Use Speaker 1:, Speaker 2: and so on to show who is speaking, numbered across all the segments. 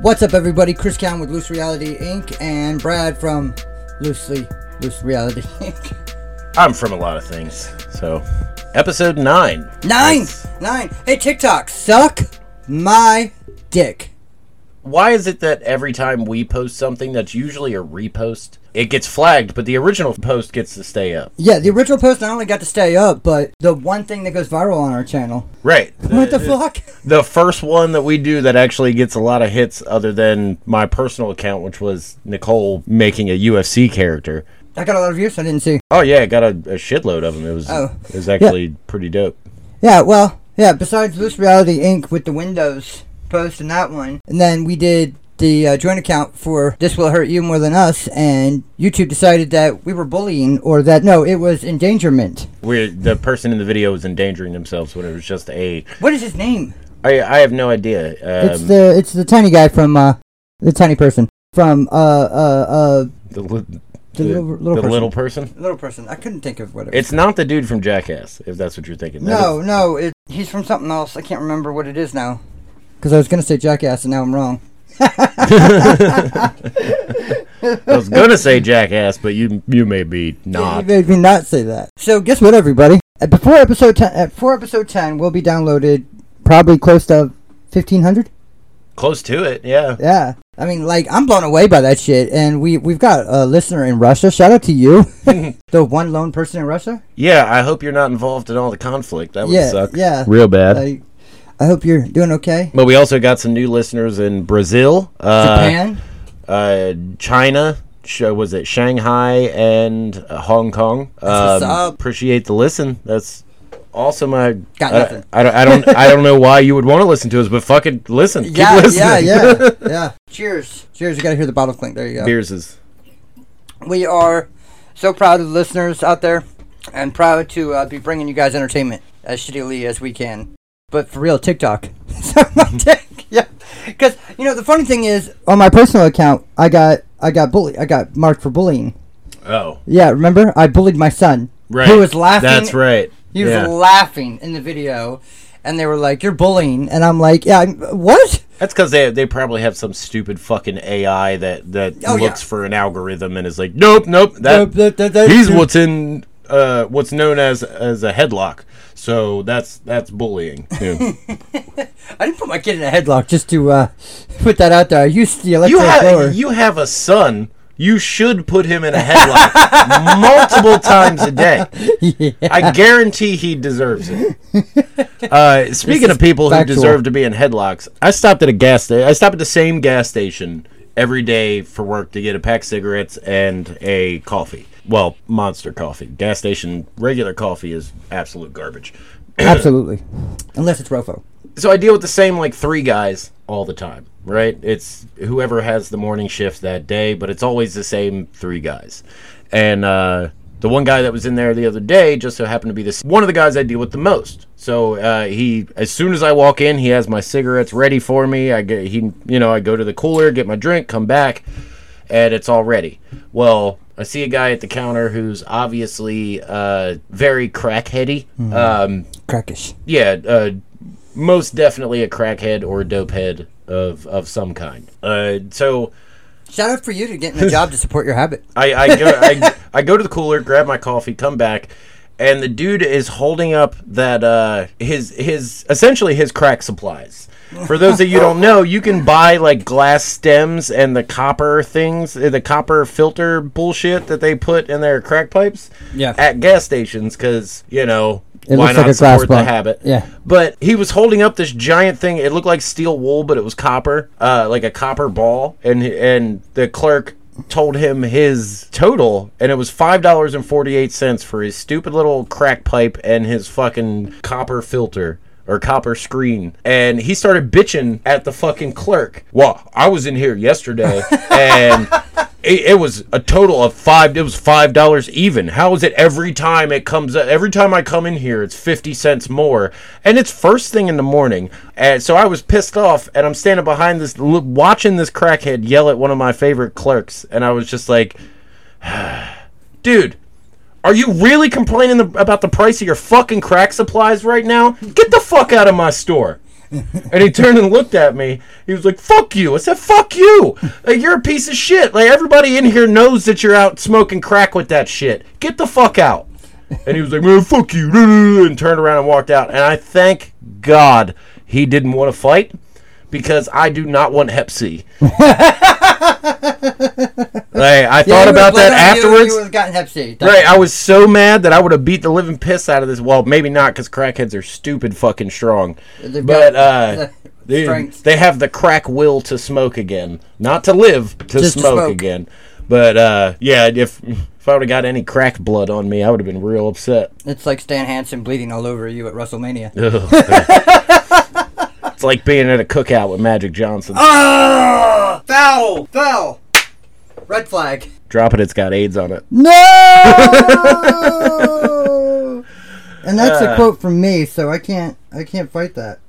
Speaker 1: What's up, everybody? Chris Cowan with Loose Reality Inc. and Brad from Loosely Loose Reality Inc.
Speaker 2: I'm from a lot of things. So, episode nine.
Speaker 1: Nine,
Speaker 2: That's-
Speaker 1: nine. Hey, TikTok, suck my dick.
Speaker 2: Why is it that every time we post something that's usually a repost, it gets flagged, but the original post gets to stay up?
Speaker 1: Yeah, the original post not only got to stay up, but the one thing that goes viral on our channel.
Speaker 2: Right.
Speaker 1: What the fuck?
Speaker 2: The first one that we do that actually gets a lot of hits, other than my personal account, which was Nicole making a UFC character.
Speaker 1: I got a lot of views. I didn't see.
Speaker 2: Oh yeah, I got a, a shitload of them. It was
Speaker 1: Oh.
Speaker 2: it was actually pretty dope.
Speaker 1: Yeah, well, yeah. Besides Loose Reality Inc. with the Windows post and that one, and then we did the uh, joint account for This Will Hurt You More Than Us, and YouTube decided that we were bullying, or that no, it was endangerment.
Speaker 2: Where the person in the video was endangering themselves when it was just a.
Speaker 1: What is his name?
Speaker 2: I I have no idea. Um,
Speaker 1: it's the it's the tiny guy from uh, the tiny person from uh uh uh
Speaker 2: the, li-
Speaker 1: the, little, little
Speaker 2: the
Speaker 1: person.
Speaker 2: little person.
Speaker 1: little person. I couldn't think of what it.
Speaker 2: It's not the dude from Jackass, if that's what you're thinking. That
Speaker 1: no,
Speaker 2: is-
Speaker 1: no, it, he's from something else. I can't remember what it is now. Because I was gonna say jackass and now I'm wrong.
Speaker 2: I was gonna say Jackass, but you you may be not.
Speaker 1: You made me not say that. So guess what, everybody? At before episode ten, at for episode ten, we'll be downloaded probably close to fifteen hundred.
Speaker 2: Close to it, yeah.
Speaker 1: Yeah, I mean, like I'm blown away by that shit. And we we've got a listener in Russia. Shout out to you, the one lone person in Russia.
Speaker 2: Yeah, I hope you're not involved in all the conflict. That would
Speaker 1: yeah,
Speaker 2: suck.
Speaker 1: yeah. Uh,
Speaker 2: Real bad.
Speaker 1: Like, I hope you're doing okay.
Speaker 2: but we also got some new listeners in Brazil, uh,
Speaker 1: Japan.
Speaker 2: uh, China. sh- Was it Shanghai and uh, Hong Kong?
Speaker 1: That's what's
Speaker 2: Um,
Speaker 1: up.
Speaker 2: Appreciate the listen. That's awesome. I
Speaker 1: Got
Speaker 2: I-
Speaker 1: nothing.
Speaker 2: I, don't. I don't. I don't know why you would want to listen to us, but fucking listen. Keep
Speaker 1: yeah, yeah,
Speaker 2: listening.
Speaker 1: yeah, yeah. Cheers, cheers. You gotta hear the bottle clink. There you go.
Speaker 2: Beers is
Speaker 1: We are so proud of the listeners out there and proud to uh, be bringing you guys entertainment as shittily as we can. But for real, TikTok. So my tick- yeah. Because, you know, the funny thing is, on my personal account, I got I got bullied. I got marked for bullying.
Speaker 2: oh
Speaker 1: Yeah, remember? I bullied my son.
Speaker 2: right.
Speaker 1: Who was laughing.
Speaker 2: That's right.
Speaker 1: He was
Speaker 2: yeah.
Speaker 1: laughing in the video. And they were like, you're bullying. And I'm like, yeah, I'm, what?
Speaker 2: That's because they they probably have some stupid fucking AI that that
Speaker 1: Oh, yeah.
Speaker 2: looks for an algorithm and is like, nope, nope,
Speaker 1: Uh,
Speaker 2: that
Speaker 1: that- that- that-
Speaker 2: he's what's in uh, what's known as as a headlock. So that's that's bullying. Yeah.
Speaker 1: I didn't put my kid in a headlock just to uh, put that out there. I used the
Speaker 2: you
Speaker 1: electric blower.
Speaker 2: have you have a son. You should put him in a headlock multiple times a day. I guarantee he deserves it. Uh, speaking of people
Speaker 1: factual.
Speaker 2: who deserve to be in headlocks, I stopped at a gas station. I stopped at the same gas station every day for work to get a pack of cigarettes and a coffee. Well, monster coffee. Gas station regular coffee is absolute garbage.
Speaker 1: Absolutely. Unless it's Rofo.
Speaker 2: So I deal with the same like three guys all the time, right? It's whoever has the morning shift that day, but it's always the same three guys. And uh, the one guy that was in there the other day just so happened to be this one of the guys I deal with the most. So uh, he, as soon as I walk in, he has my cigarettes ready for me. I get he, you know, I go to the cooler, get my drink, come back and it's all ready. Well, I see a guy at the counter who's obviously uh, very crackheady. Um,
Speaker 1: Crackish.
Speaker 2: yeah, uh, most definitely a crackhead or a dopehead of of some kind. Uh, so
Speaker 1: Shout out for you to getting a job to support your habit.
Speaker 2: I, I go I, I go to the cooler, grab my coffee, come back, and the dude is holding up that uh, his his essentially his crack supplies. For those of you who don't know, you can buy like glass stems and the copper things, uh, the copper filter bullshit that they put in their crack pipes
Speaker 1: Yeah.
Speaker 2: at gas stations because you know
Speaker 1: It
Speaker 2: why
Speaker 1: looks
Speaker 2: not
Speaker 1: like a glass
Speaker 2: support the
Speaker 1: bottle.
Speaker 2: habit?
Speaker 1: Yeah.
Speaker 2: But he was holding up this giant thing. It looked like steel wool, but it was copper, uh, like a copper ball. And and the clerk told him his total, and it was five dollars and forty eight cents for his stupid little crack pipe and his fucking copper filter. Or copper screen, and he started bitching at the fucking clerk. Well, I was in here yesterday, and it, it was a total of five. It was five dollars even. How is it every time it comes? Every time I come in here, it's fifty cents more, and it's first thing in the morning. And so I was pissed off, and I'm standing behind this, l- watching this crackhead yell at one of my favorite clerks, and I was just like, "Dude, are you really complaining the, about the price of your fucking crack supplies right now? Get the fuck out of my store." and he turned and looked at me. He was like, "Fuck you!" I said, "Fuck you! Like you're a piece of shit. Like everybody in here knows that you're out smoking crack with that shit. Get the fuck out." And he was like, "Man, fuck you!" And turned around and walked out. And I thank God he didn't want to fight because I do not want Hep C. like I
Speaker 1: Yeah,
Speaker 2: thought
Speaker 1: you
Speaker 2: about
Speaker 1: would've
Speaker 2: that
Speaker 1: bled out, you-
Speaker 2: afterwards.
Speaker 1: You would have gotten Hep C.
Speaker 2: Right, I was so mad that I would have beat the living piss out of this. Well, maybe not because crackheads are stupid fucking strong.
Speaker 1: They've
Speaker 2: But
Speaker 1: got
Speaker 2: uh,
Speaker 1: the
Speaker 2: they,
Speaker 1: strength.
Speaker 2: they have the crack will to smoke again, not to live to,
Speaker 1: Just to
Speaker 2: smoke,
Speaker 1: smoke.
Speaker 2: again. But uh, yeah, if if I would have got any crack blood on me, I would have been real upset.
Speaker 1: It's like Stan Hansen bleeding all over you at WrestleMania.
Speaker 2: Ugh. it's like being at a cookout with Magic Johnson.
Speaker 1: Oh! Foul! Foul! Red flag.
Speaker 2: Drop it, it's got AIDS on it.
Speaker 1: No! and that's a quote from me, so I can't I can't fight that.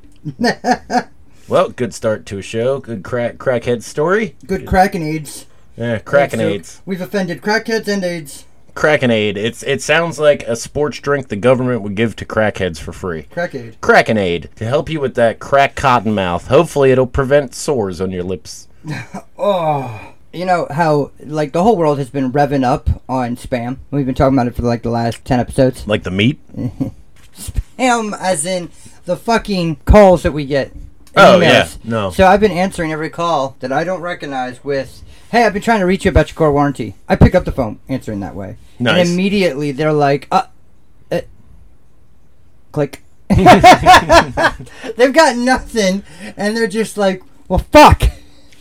Speaker 2: Well, good start to a show. Good crack crackhead story.
Speaker 1: Good cracking AIDS.
Speaker 2: Yeah, cracking
Speaker 1: So,
Speaker 2: AIDS.
Speaker 1: We've offended crackheads and AIDS.
Speaker 2: Krakenade. It's it sounds like a sports drink the government would give to crackheads for free.
Speaker 1: Crack aid.
Speaker 2: Krakenade to help you with that crack cotton mouth. Hopefully, it'll prevent sores on your lips.
Speaker 1: Oh. You know how like the whole world has been revving up on spam. We've been talking about it for like the last ten episodes.
Speaker 2: Like the meat.
Speaker 1: Spam, as in the fucking calls that we get.
Speaker 2: Oh, yeah. No.
Speaker 1: So I've been answering every call that I don't recognize with, "Hey, I've been trying to reach you about your car warranty." I pick up the phone, answering that way,
Speaker 2: Nice.
Speaker 1: and immediately they're like, "Uh, uh click." They've got nothing, and they're just like, "Well, fuck."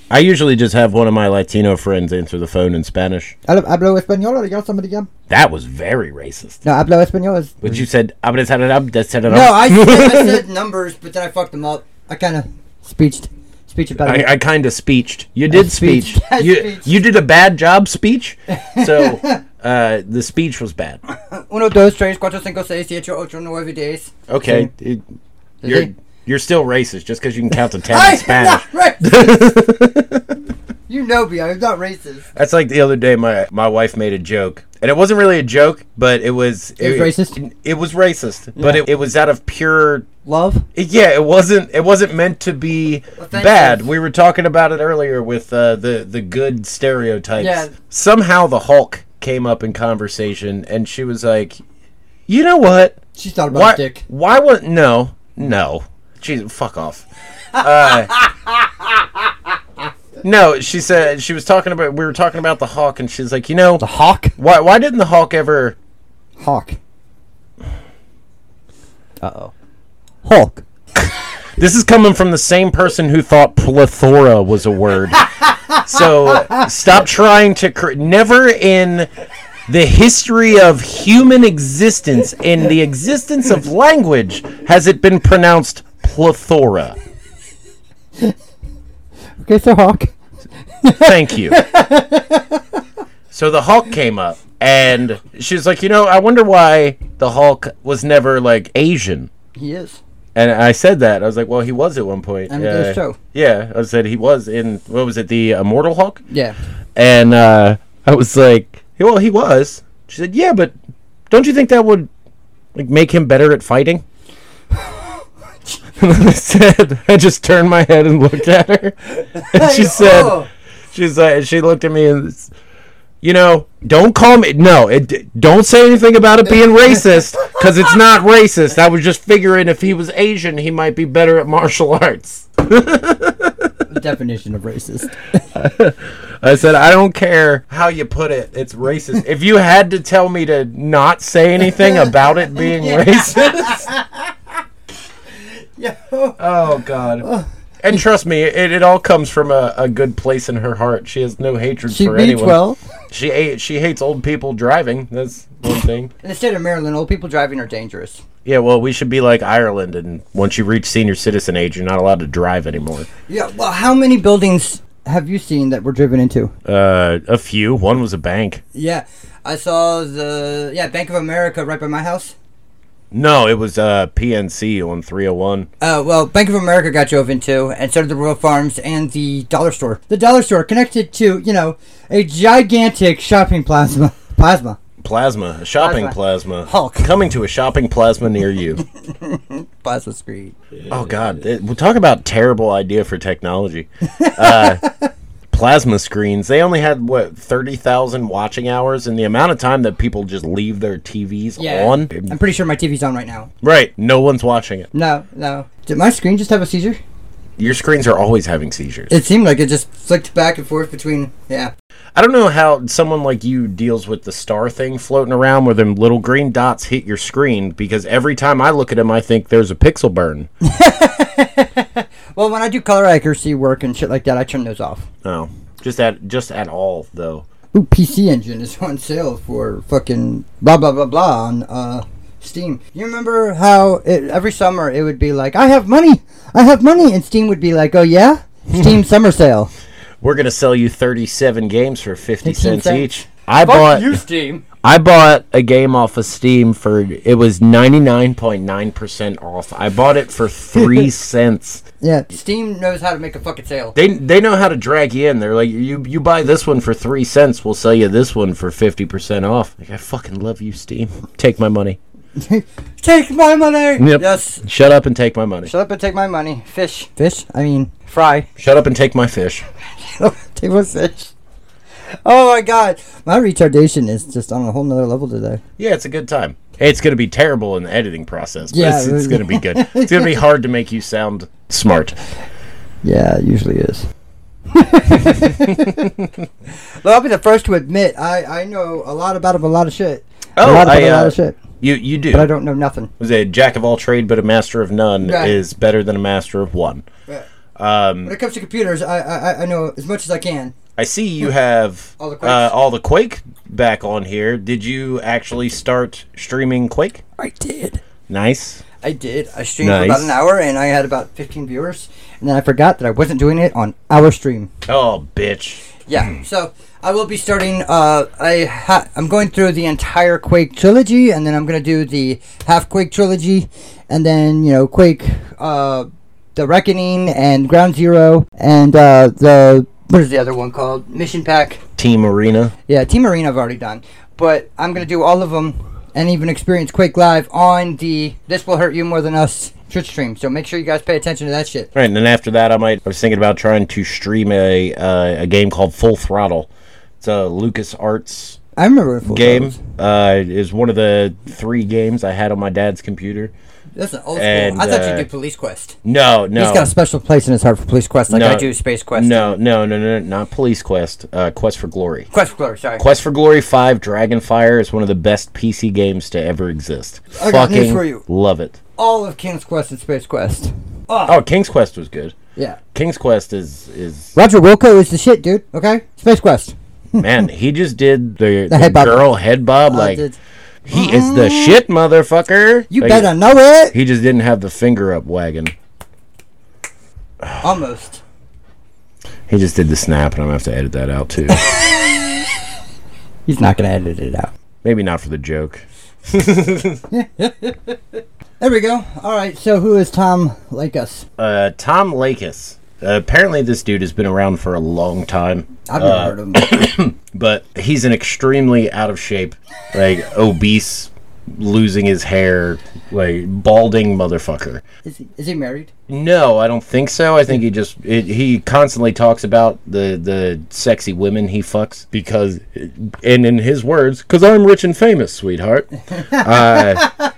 Speaker 2: I usually just have one of my Latino friends answer the phone in Spanish.
Speaker 1: Hablo hablo español, or yo somebody ya?
Speaker 2: That was very racist.
Speaker 1: No, hablo español. is-
Speaker 2: But you said "Ah, but it's had it up, that's had it
Speaker 1: No,
Speaker 2: up."
Speaker 1: I said, I said numbers, but then I fucked them up. I kind of speeched, speech about it.
Speaker 2: I, I kind of speeched. You did speech.
Speaker 1: speeched. I
Speaker 2: You
Speaker 1: speeched.
Speaker 2: you did a bad job speech. So uh, the speech was bad.
Speaker 1: Uno, dos, tres, cuatro, cinco, seis, siete, ocho, nueve, diez.
Speaker 2: Okay, it- you're
Speaker 1: it?
Speaker 2: you're still racist just because you can count to ten
Speaker 1: I
Speaker 2: in
Speaker 1: am
Speaker 2: Spanish.
Speaker 1: not racist. you know me. I'm not racist.
Speaker 2: That's like the other day my my wife made a joke. And it wasn't really a joke, but it was
Speaker 1: It was racist?
Speaker 2: It was racist. But it, it was out of pure
Speaker 1: Love.
Speaker 2: yeah, it wasn't it wasn't meant to be
Speaker 1: Offensive.
Speaker 2: bad. We were talking about it earlier with uh, the the good stereotypes.
Speaker 1: Yeah.
Speaker 2: Somehow the Hulk came up in conversation and she was like, "You know what?
Speaker 1: She thought about
Speaker 2: Why
Speaker 1: dick.
Speaker 2: why would no? No. Jeez, fuck off." Uh, no, she said she was talking about we were talking about the Hulk and she's like, "You know,
Speaker 1: hawk.
Speaker 2: why why didn't the Hulk ever
Speaker 1: Hawk. Uh oh. Hulk.
Speaker 2: This is coming from the same person who thought plethora was a word. so stop trying to. Cr- never in the history of human existence, in the existence of language, has it been pronounced plethora.
Speaker 1: Okay, so hawk.
Speaker 2: Thank you. So the Hulk came up, and she was like, you know, I wonder why the Hulk was never like Asian.
Speaker 1: He is.
Speaker 2: And I said that. I was like, well, he was at one point.
Speaker 1: And it is so.
Speaker 2: Yeah, I said he was in, what was it, the Immortal Hulk?
Speaker 1: Yeah.
Speaker 2: And uh, I was like, well, he was. She said, yeah, but don't you think that would like make him better at fighting? and I said, I just turned my head and looked at her. And she
Speaker 1: Hey,
Speaker 2: said,
Speaker 1: oh.
Speaker 2: she's like, she looked at me and, s- you know, don't call me. No, it, don't say anything about it being racist because it's not racist. I was just figuring if he was Asian, he might be better at martial arts.
Speaker 1: The definition of racist.
Speaker 2: I said, I don't care how you put it. It's racist. if you had to tell me to not say anything about it being racist.
Speaker 1: Yeah.
Speaker 2: Oh, God. And trust me, it, it all comes from a, a good place in her heart. She has no hatred
Speaker 1: She
Speaker 2: for
Speaker 1: means
Speaker 2: anyone.
Speaker 1: well.
Speaker 2: She a- she hates old people driving. That's one thing.
Speaker 1: In the state of Maryland, old people driving are dangerous.
Speaker 2: Yeah, well, we should be like Ireland, and once you reach senior citizen age, you're not allowed to drive anymore.
Speaker 1: Yeah. Well, how many buildings have you seen that were driven into?
Speaker 2: Uh, a few. One was a bank.
Speaker 1: Yeah, I saw the yeah Bank of America right by my house.
Speaker 2: No, it was uh, PNC on 301.
Speaker 1: Uh, well, Bank of America got open too, and so did the Royal Farms and the Dollar Store. The Dollar Store connected to you know a gigantic shopping plasma. Plasma.
Speaker 2: Plasma, a shopping plasma.
Speaker 1: Hulk.
Speaker 2: Coming to a shopping plasma near you.
Speaker 1: Plasma screen.
Speaker 2: Oh God, It- we'll talk about terrible idea for technology. Uh, plasma screens. They only had what thirty thousand watching hours, and the amount of time that people just leave their TVs on.
Speaker 1: I'm pretty sure my TV's on right now.
Speaker 2: Right, no one's watching it.
Speaker 1: No, no. Did my screen just have a seizure?
Speaker 2: Your screens are always having seizures.
Speaker 1: It seemed like it just flicked back and forth between. Yeah.
Speaker 2: I don't know how someone like you deals with the star thing floating around where them little green dots hit your screen because every time I look at them, I think there's a pixel burn.
Speaker 1: Well, when I do color accuracy work and shit like that, I turn those off.
Speaker 2: oh, just at just at all though.
Speaker 1: Ooh, PC Engine is on sale for fucking blah blah blah blah on uh, Steam. You remember how it, every summer it would be like, I have money, I have money, and Steam would be like, Oh yeah, Steam summer sale.
Speaker 2: We're gonna sell you 37 games for 50
Speaker 1: 15
Speaker 2: cents
Speaker 1: cents.
Speaker 2: each. I bought
Speaker 1: Steam.
Speaker 2: I bought a game off of Steam for it was 99.9% off. I bought it for 3 cents.
Speaker 1: Yeah, Steam knows how to make a fucking sale.
Speaker 2: They they know how to drag you in. They're like you you buy this one for 3 cents, we'll sell you this one for 50% off. Like I fucking love you Steam. Take my money.
Speaker 1: Take my money.
Speaker 2: Yep.
Speaker 1: Yes.
Speaker 2: Shut up and take my money.
Speaker 1: Shut up and take my money. Fish. Fish. I mean, fry.
Speaker 2: Shut up and take my fish.
Speaker 1: take my fish. Oh my god, my retardation is just on a whole nother level today.
Speaker 2: Yeah, it's a good time. It's going to be terrible in the editing process, but
Speaker 1: Yeah,
Speaker 2: it's, it's
Speaker 1: really.
Speaker 2: going to be good. It's going to be hard to make you sound smart.
Speaker 1: Yeah, it usually is. well, I'll be the first to admit I, I know a lot about a lot of shit. a
Speaker 2: Oh,
Speaker 1: lot about
Speaker 2: I,
Speaker 1: a lot
Speaker 2: uh,
Speaker 1: of shit,
Speaker 2: You you do.
Speaker 1: but I don't know nothing.
Speaker 2: was a jack of all trade but a master of none
Speaker 1: Right.
Speaker 2: is better than a master of one.
Speaker 1: Right.
Speaker 2: Um,
Speaker 1: When it comes to computers, I I, I know as much as I can.
Speaker 2: I see you have
Speaker 1: All the Quakes.
Speaker 2: uh, all the Quake back on here. Did you actually start streaming Quake?
Speaker 1: I did.
Speaker 2: Nice.
Speaker 1: I did. I streamed for
Speaker 2: Nice.
Speaker 1: about an hour, and I had about 15 viewers. And then I forgot that I wasn't doing it on our stream.
Speaker 2: Oh, bitch.
Speaker 1: Yeah. So I will be starting. Uh, I ha- I'm going through the entire Quake trilogy, and then I'm gonna do the half Quake trilogy, and then you know Quake, uh, the Reckoning, and Ground Zero, and uh, the what is the other one called? Mission Pack.
Speaker 2: Team Arena.
Speaker 1: Yeah, Team Arena I've already done, but I'm gonna do all of them and even experience Quake live on the This Will Hurt You More Than Us Twitch stream. So make sure you guys pay attention to that shit.
Speaker 2: Right, and then after that, I might. I was thinking about trying to stream a uh, a game called Full Throttle. It's a Lucas Arts
Speaker 1: I remember Full
Speaker 2: game.
Speaker 1: Throttle.
Speaker 2: Uh, is one of the three games I had on my dad's computer.
Speaker 1: That's an old school.
Speaker 2: And,
Speaker 1: I thought
Speaker 2: uh,
Speaker 1: you did Police Quest.
Speaker 2: No, no.
Speaker 1: He's got a special place in his heart for Police Quest, like
Speaker 2: No.
Speaker 1: I do Space Quest.
Speaker 2: No, no, no, no, not Police Quest. Uh, Quest for Glory.
Speaker 1: Quest for Glory, sorry.
Speaker 2: Quest for Glory 5 Dragonfire is one of the best PC games to ever exist.
Speaker 1: I got news
Speaker 2: Fucking
Speaker 1: for you.
Speaker 2: love it.
Speaker 1: All of King's Quest and Space Quest.
Speaker 2: Oh, King's Quest was good.
Speaker 1: Yeah.
Speaker 2: King's Quest is is
Speaker 1: Roger Wilco is the shit, dude. Okay? Space Quest.
Speaker 2: man, he just did the, the
Speaker 1: head bob. Oh,
Speaker 2: girl head bob like
Speaker 1: dude.
Speaker 2: he is the shit motherfucker.
Speaker 1: You
Speaker 2: Like,
Speaker 1: better know it.
Speaker 2: He just didn't have the finger up wagon.
Speaker 1: Almost.
Speaker 2: He just did the snap and I'm going to have to edit that out too.
Speaker 1: He's not going to edit it out.
Speaker 2: Maybe not for the joke.
Speaker 1: There we go. All right, so who is Tom Lakus?
Speaker 2: Uh, Tom Lakis. Uh, apparently this dude has been around for a long time.
Speaker 1: I've never heard of him.
Speaker 2: but he's an extremely out of shape, like obese, losing his hair, like balding motherfucker.
Speaker 1: Is he, is he married?
Speaker 2: No, I don't think so. I think he just it, he constantly talks about the the sexy women he fucks because, and in his words, because I'm rich and famous, sweetheart. Uh,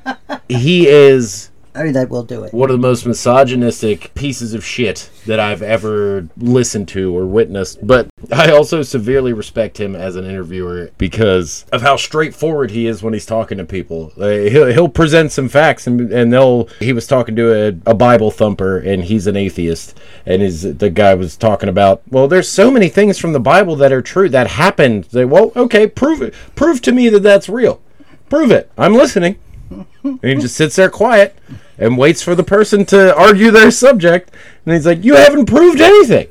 Speaker 2: he is
Speaker 1: I mean, that will do it.
Speaker 2: one of the most misogynistic pieces of shit that I've ever listened to or witnessed. But I also severely respect him as an interviewer because of how straightforward he is when he's talking to people. Uh, he'll, he'll present some facts and, and they'll. He was talking to a, a Bible thumper and he's an atheist. And his, the guy was talking about, well, there's so many things from the Bible that are true that happened. They, well, okay, prove it. Prove to me that that's real. Prove it. I'm listening. And he just sits there quiet and waits for the person to argue their subject. And he's like, You haven't proved anything.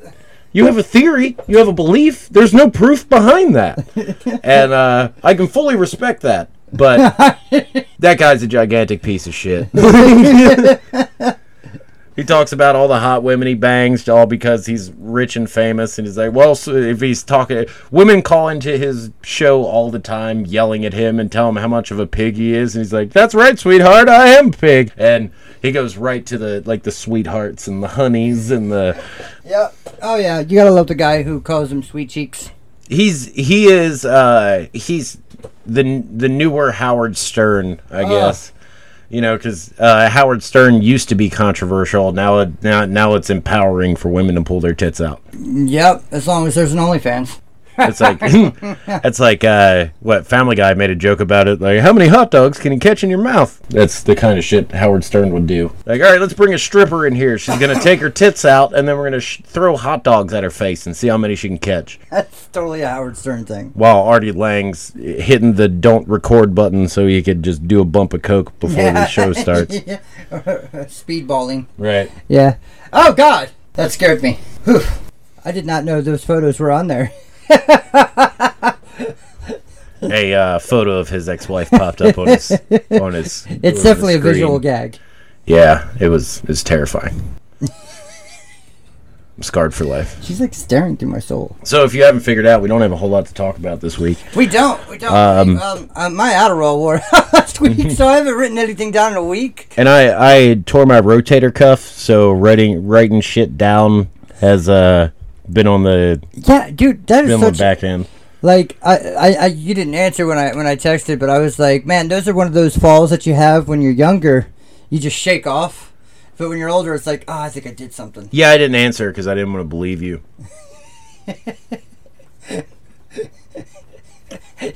Speaker 2: You have a theory, you have a belief. There's no proof behind that. and uh, I can fully respect that. But that guy's a gigantic piece of shit. He talks about all the hot women he bangs, all because he's rich and famous. And he's like, well, so if he's talking, women call into his show all the time, yelling at him and tell him how much of a pig he is. And he's like, that's right, sweetheart, I am pig. And he goes right to the like the sweethearts and the honeys and the
Speaker 1: Yep. Oh yeah, you gotta love the guy who calls him sweet cheeks.
Speaker 2: he's he is uh he's the the newer Howard Stern, I guess. You know, because uh, Howard Stern used to be controversial. Now, it, now, now it's empowering for women to pull their tits out.
Speaker 1: Yep. As long as there's an OnlyFans.
Speaker 2: It's like it's like uh, what Family Guy made a joke about it. Like, how many hot dogs can you catch in your mouth? That's the kind of shit Howard Stern would do. Like, all right, let's bring a stripper in here. She's gonna take her tits out, and then we're gonna sh- throw hot dogs at her face and see how many she can catch.
Speaker 1: That's totally a Howard Stern thing.
Speaker 2: While Artie Lang's hitting the don't record button so he could just do a bump of coke before the show starts.
Speaker 1: Speedballing.
Speaker 2: Right.
Speaker 1: Yeah. Oh God, that scared me. Whew. I did not know those photos were on there.
Speaker 2: A uh, photo of his ex-wife popped up on his on his.
Speaker 1: It's definitely a visual gag.
Speaker 2: Yeah, it was it's terrifying. I'm scarred for life.
Speaker 1: She's like staring through my soul.
Speaker 2: So if you haven't figured out, we don't have a whole lot to talk about this week.
Speaker 1: We don't. We don't. Um, uh, my Adderall wore out last week, so I haven't written anything down in a week.
Speaker 2: And I I tore my rotator cuff, so writing writing shit down has uh been on the
Speaker 1: Yeah, dude, that is
Speaker 2: been on the
Speaker 1: such
Speaker 2: back end.
Speaker 1: like I, I, I you didn't answer when I when I texted, but I was like, man, those are one of those falls that you have when you're younger. You just shake off, but when you're older, it's like, oh, I think I did something.
Speaker 2: Yeah, I didn't answer because I didn't want to believe you.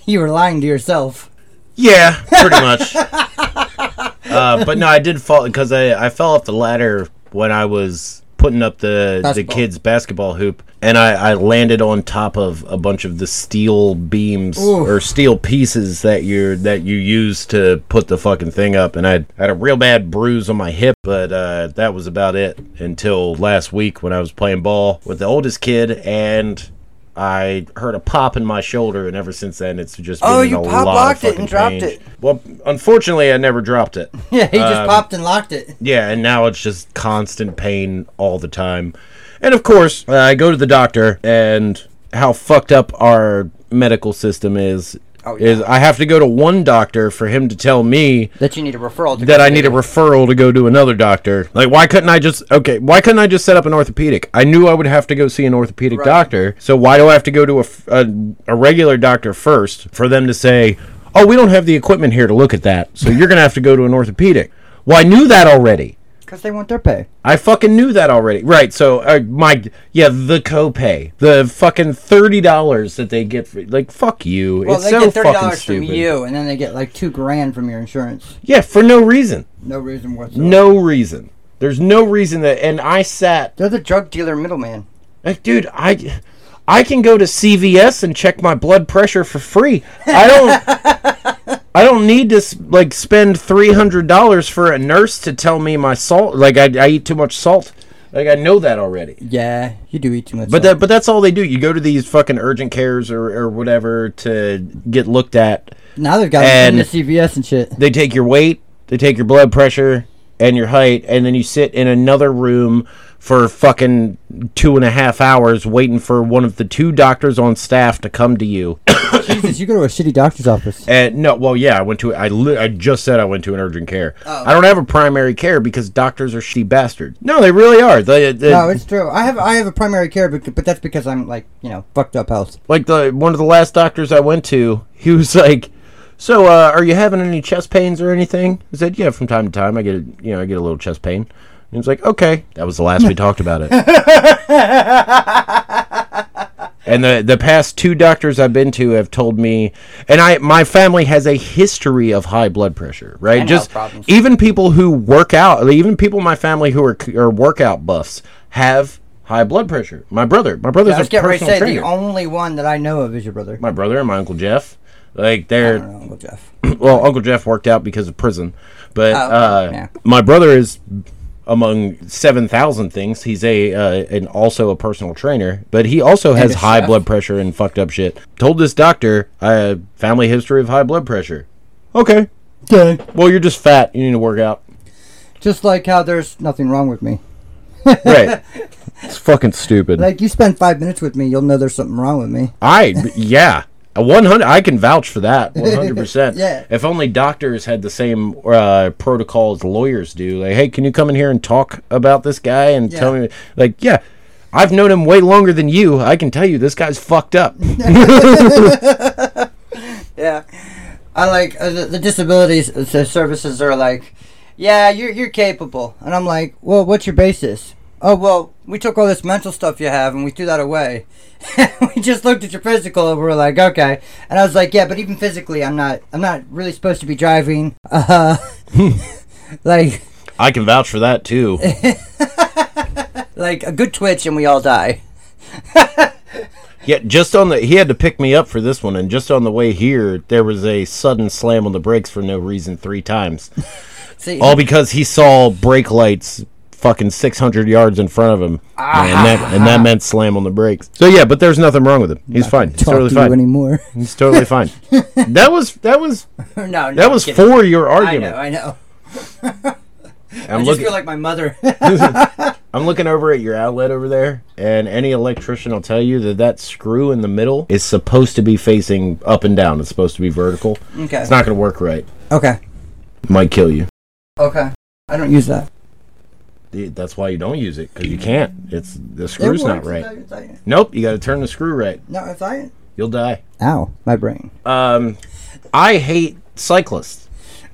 Speaker 1: You were lying to yourself.
Speaker 2: Yeah, pretty much. uh, but no, I did fall because I, I fell off the ladder when I was putting up the
Speaker 1: Basketball.
Speaker 2: the kids basketball hoop, and I, I landed on top of a bunch of the steel beams
Speaker 1: Oof.
Speaker 2: or steel pieces that you that you use to put the fucking thing up, and I had a real bad bruise on my hip, but uh, that was about it until last week when I was playing ball with the oldest kid and. I heard a pop in my shoulder, and ever since then, it's just been
Speaker 1: Oh,
Speaker 2: in
Speaker 1: you
Speaker 2: a
Speaker 1: pop
Speaker 2: lot of
Speaker 1: locked it
Speaker 2: fucking
Speaker 1: and dropped
Speaker 2: pain.
Speaker 1: it.
Speaker 2: Well, unfortunately, I never dropped it.
Speaker 1: Yeah, he just
Speaker 2: Um,
Speaker 1: popped and locked it.
Speaker 2: Yeah, and now it's just constant pain all the time. And of course, uh, I go to the doctor, and how fucked up our medical system is.
Speaker 1: Oh, yeah.
Speaker 2: Is I have to go to one doctor for him to tell me
Speaker 1: That you need a referral. To
Speaker 2: that I need a referral to go to another doctor. Like, why couldn't I just okay? Why couldn't I just set up an orthopedic? I knew I would have to go see an orthopedic
Speaker 1: Right.
Speaker 2: doctor. So why do I have to go to a, f- a a regular doctor first for them to say, oh, we don't have the equipment here to look at that, so you're gonna have to go to an orthopedic? Well, I knew that already.
Speaker 1: because they want their pay.
Speaker 2: I fucking knew that already. Right. So uh, my yeah, the copay, the fucking thirty dollars that they get for like fuck you.
Speaker 1: Well,
Speaker 2: it's
Speaker 1: they
Speaker 2: so
Speaker 1: get thirty
Speaker 2: fucking
Speaker 1: dollars from
Speaker 2: stupid.
Speaker 1: you, and then they get like two grand from your insurance.
Speaker 2: Yeah, for no reason.
Speaker 1: No reason whatsoever.
Speaker 2: No reason. There's no reason that. And I sat,
Speaker 1: They're the drug dealer middleman.
Speaker 2: like, dude, I, I can go to CVS and check my blood pressure for free. I don't. I don't need to s- like spend three hundred dollars for a nurse to tell me my salt. Like I, I eat too much salt. Like I know that already.
Speaker 1: Yeah, you do eat too much. salt.
Speaker 2: But that, but that's all they do. You go to these fucking urgent cares or, or whatever to get looked at.
Speaker 1: now they've got them in the
Speaker 2: and-
Speaker 1: CVS and shit.
Speaker 2: They take your weight, they take your blood pressure and your height, and then you sit in another room for fucking two and a half hours waiting for one of the two doctors on staff to come to you.
Speaker 1: Jesus, you go to a shitty doctor's office.
Speaker 2: and no, well, yeah, I went to. I li- I just said I went to an urgent care.
Speaker 1: Oh.
Speaker 2: I don't have a primary care because doctors are shitty bastards. No, they really are. They, they,
Speaker 1: No, it's true. I have I have a primary care, but, but that's because I'm like you know fucked up health.
Speaker 2: like the one of the last doctors I went to, he was like, "So, uh, are you having any chest pains or anything?" I said, "Yeah, from time to time, I get a, you know, I get a little chest pain." And he was like, "Okay." That was the last we talked about it. and the the past two doctors I've been to have told me, and I my family has a history of high blood pressure, right?
Speaker 1: And health
Speaker 2: Just
Speaker 1: problems.
Speaker 2: even people who work out, even people in my family who are are workout buffs have high blood pressure. My brother, my brother's
Speaker 1: I was
Speaker 2: a
Speaker 1: getting ready to
Speaker 2: personal
Speaker 1: say
Speaker 2: trainer
Speaker 1: the only one that I know of is your brother.
Speaker 2: my brother and my uncle Jeff. Like
Speaker 1: I
Speaker 2: they're
Speaker 1: don't know, Uncle Jeff.
Speaker 2: well, Uncle Jeff worked out because of prison, but
Speaker 1: Oh,
Speaker 2: uh,
Speaker 1: yeah.
Speaker 2: my brother is among seven thousand things. He's a uh, and also a personal trainer, but he also has
Speaker 1: a
Speaker 2: high
Speaker 1: chef.
Speaker 2: blood pressure and fucked up shit. Told this doctor, I have family history of high blood pressure. Okay,
Speaker 1: Okay.
Speaker 2: well you're just fat. You need to work out.
Speaker 1: Just like how there's nothing wrong with me.
Speaker 2: right. It's fucking stupid.
Speaker 1: Like you spend five minutes with me, you'll know there's something wrong with me.
Speaker 2: I yeah. A 100 I can vouch for that 100%.
Speaker 1: Yeah.
Speaker 2: If only doctors had the same uh, protocol as lawyers do. Like, hey, can you come in here and talk about this guy and tell
Speaker 1: Yeah.
Speaker 2: me like, yeah, I've known him way longer than you. I can tell you this guy's fucked up.
Speaker 1: Yeah, I like uh, the, the disabilities uh, so services are like, yeah, you're you're capable, and I'm like, well, what's your basis? Oh well, we took all this mental stuff you have and we threw that away. we just looked at your physical and we are like, okay. And I was like, yeah, but even physically, I'm not I'm not really supposed to be driving. Uh, like
Speaker 2: I can vouch for that too.
Speaker 1: like a good twitch and we all die.
Speaker 2: Yeah, just on the he had to pick me up for this one, and just on the way here, there was a sudden slam on the brakes for no reason three times,
Speaker 1: See,
Speaker 2: all because he saw brake lights fucking six hundred yards in front of him,
Speaker 1: Ah.
Speaker 2: and that and that meant slam on the brakes. So yeah, but there's nothing wrong with him. He's fine. He's
Speaker 1: talk
Speaker 2: totally
Speaker 1: to you
Speaker 2: fine.
Speaker 1: anymore.
Speaker 2: He's totally fine. That was that was
Speaker 1: no, no,
Speaker 2: that was
Speaker 1: I'm kidding.
Speaker 2: for your
Speaker 1: I know,
Speaker 2: argument.
Speaker 1: I know.
Speaker 2: I'm
Speaker 1: I just
Speaker 2: looking.
Speaker 1: feel like my mother.
Speaker 2: I'm looking over at your outlet over there, and any electrician will tell you that that screw in the middle is supposed to be facing up and down. It's supposed to be vertical.
Speaker 1: okay.
Speaker 2: It's not going to work right.
Speaker 1: Okay.
Speaker 2: might kill you.
Speaker 1: Okay. I don't use that.
Speaker 2: That's why you don't use it because you can't. It's the screw's not right.
Speaker 1: It's like- it's like-
Speaker 2: Nope, you got to turn the screw right.
Speaker 1: No, it's like-
Speaker 2: You'll die.
Speaker 1: Ow, my brain.
Speaker 2: Um, I hate cyclists.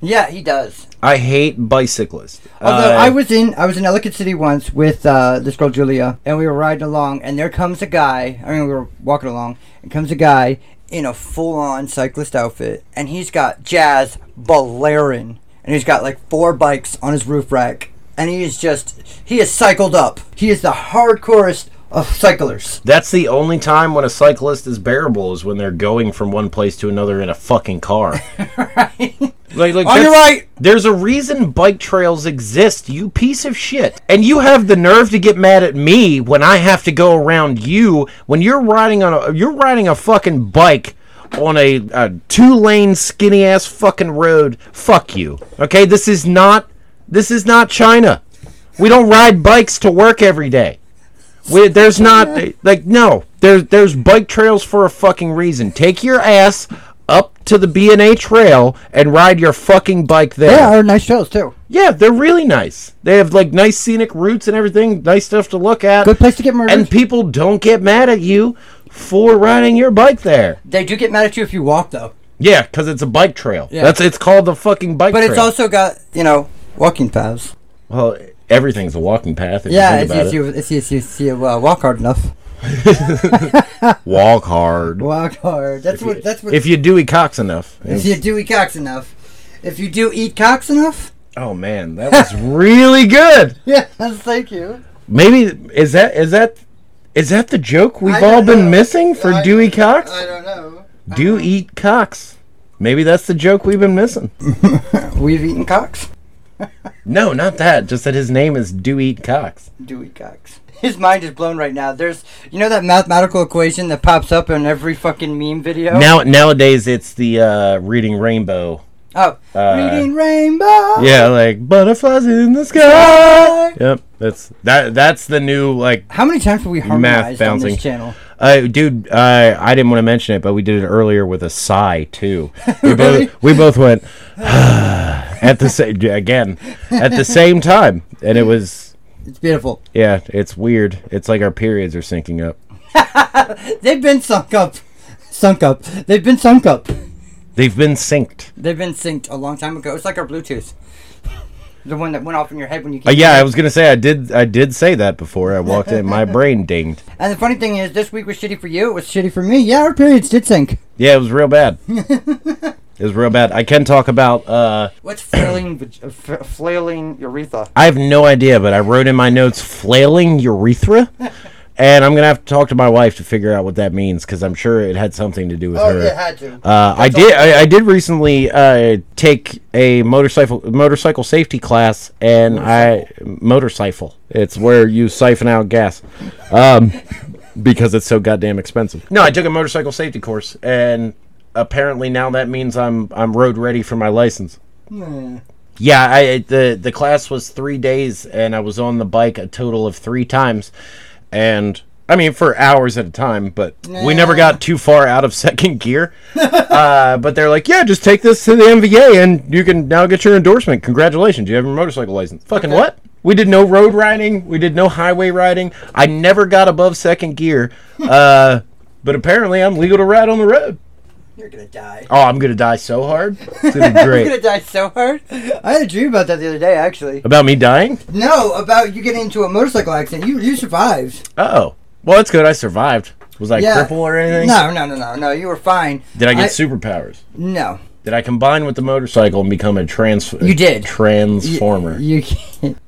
Speaker 1: Yeah, he does.
Speaker 2: I hate bicyclists.
Speaker 1: Although
Speaker 2: Uh,
Speaker 1: I was in I was in Ellicott City once with uh, this girl Julia, and we were riding along, and there comes a guy. I mean, we were walking along, and comes a guy in a full-on cyclist outfit, and he's got jazz blaring, and he's got like four bikes on his roof rack, and he is just he is cycled up. He is the hardcorest of cyclers.
Speaker 2: that's the only time when a cyclist is bearable is when they're going from one place to another in a fucking car. Like, like
Speaker 1: On your
Speaker 2: that's-
Speaker 1: right.
Speaker 2: There's a reason bike trails exist, you piece of shit. And you have the nerve to get mad at me when I have to go around you when you're riding on a you're riding a fucking bike on a, a two-lane skinny ass fucking road. Fuck you. Okay, this is not this is not China. We don't ride bikes to work every day. We, there's not like no. There's there's bike trails for a fucking reason. Take your ass up to the B and A trail and ride your fucking bike there.
Speaker 1: Yeah, are nice shows too.
Speaker 2: Yeah, they're really nice. They have like nice scenic routes and everything, nice stuff to look at.
Speaker 1: Good place to get murdered.
Speaker 2: and people don't get mad at you for riding your bike there.
Speaker 1: They do get mad at you if you walk though.
Speaker 2: Yeah, because it's a bike trail.
Speaker 1: Yeah.
Speaker 2: That's it's called the fucking bike
Speaker 1: But
Speaker 2: trail.
Speaker 1: it's also got, you know, walking paths.
Speaker 2: well, everything's a walking path. If
Speaker 1: Yeah,
Speaker 2: you
Speaker 1: it's
Speaker 2: think about
Speaker 1: if
Speaker 2: it.
Speaker 1: you, it's if you, if you uh, walk hard enough.
Speaker 2: walk hard.
Speaker 1: Walk hard. That's what. That's what. If,
Speaker 2: If you Dewey Cox enough.
Speaker 1: you do eat cocks enough, if you do eat cocks enough,
Speaker 2: Oh man, that was really good.
Speaker 1: yeah, thank you.
Speaker 2: Maybe is that is that is that the joke we've
Speaker 1: I
Speaker 2: all
Speaker 1: don't
Speaker 2: been
Speaker 1: know.
Speaker 2: missing for
Speaker 1: I-
Speaker 2: Dewey Cox?
Speaker 1: don't know.
Speaker 2: Do eat Cox. Maybe that's the joke we've been missing.
Speaker 1: We've eaten cocks.
Speaker 2: No, not that. Just that his name is Do Eat Cox.
Speaker 1: Do eat cocks. His mind is blown right now. There's, you know, that mathematical equation that pops up in every fucking meme video.
Speaker 2: Now nowadays it's the uh, reading rainbow.
Speaker 1: oh,
Speaker 2: Uh,
Speaker 1: reading rainbow.
Speaker 2: Yeah, like butterflies in the sky. Yep, that's that. That's the new like
Speaker 1: How many times have we harmonized on
Speaker 2: bouncing.
Speaker 1: this channel?
Speaker 2: Uh, dude, uh, I didn't want to mention it, but we did it earlier with a sigh too. We
Speaker 1: Really?
Speaker 2: both we both went at the same again at the same time, and it was
Speaker 1: It's beautiful.
Speaker 2: yeah, it's weird. It's like our periods are syncing up.
Speaker 1: They've been sunk up. Sunk up. They've been sunk up.
Speaker 2: They've been synced.
Speaker 1: They've been synced a long time ago. It's like our Bluetooth. The one that went off in your head when you
Speaker 2: Uh,
Speaker 1: came
Speaker 2: yeah, I was gonna say I did I did say that before I walked in. My brain dinged.
Speaker 1: And the funny thing is, this week was shitty for you. It was shitty for me. Yeah, our periods did sync.
Speaker 2: Yeah, it was real bad. It was real bad. I can talk about. Uh,
Speaker 1: What's flailing, vag- uh, f- flailing urethra?
Speaker 2: I have no idea, but I wrote in my notes flailing urethra. And I'm gonna have to talk to my wife to figure out what that means because I'm sure it had something to do with her.
Speaker 1: Oh, to.
Speaker 2: Uh, I did. I, I did recently uh, take a motorcycle motorcycle safety class, and I motorcycle. It's where you siphon out gas, um, because it's so goddamn expensive. No, I took a motorcycle safety course, and apparently now that means I'm I'm road ready for my license. Yeah, I it- the the class was three days, and I was on the bike a total of three times, and I mean for hours at a time. But we never got too far out of second gear. uh, but they're like, yeah, just take this to the MVA, and you can now get your endorsement. Congratulations, you have your motorcycle license. Fucking what? We did no road riding. We did no highway riding. I never got above second gear. uh, but apparently, I'm legal to ride on the road.
Speaker 1: You're gonna die.
Speaker 2: Oh, I'm gonna die so hard. It's gonna be
Speaker 1: You're gonna
Speaker 2: great.
Speaker 1: die so hard. I had a dream about that the other day, actually.
Speaker 2: About me dying?
Speaker 1: No, about you getting into a motorcycle accident. You you survived.
Speaker 2: Oh, well, that's good. I survived. Was I
Speaker 1: Yeah.
Speaker 2: crippled or anything?
Speaker 1: No, no, no, no, no. You were fine.
Speaker 2: Did I get
Speaker 1: I-
Speaker 2: superpowers?
Speaker 1: No,
Speaker 2: Did I combine with the motorcycle and become a trans?
Speaker 1: You did.
Speaker 2: Transformer.
Speaker 1: you. Can't.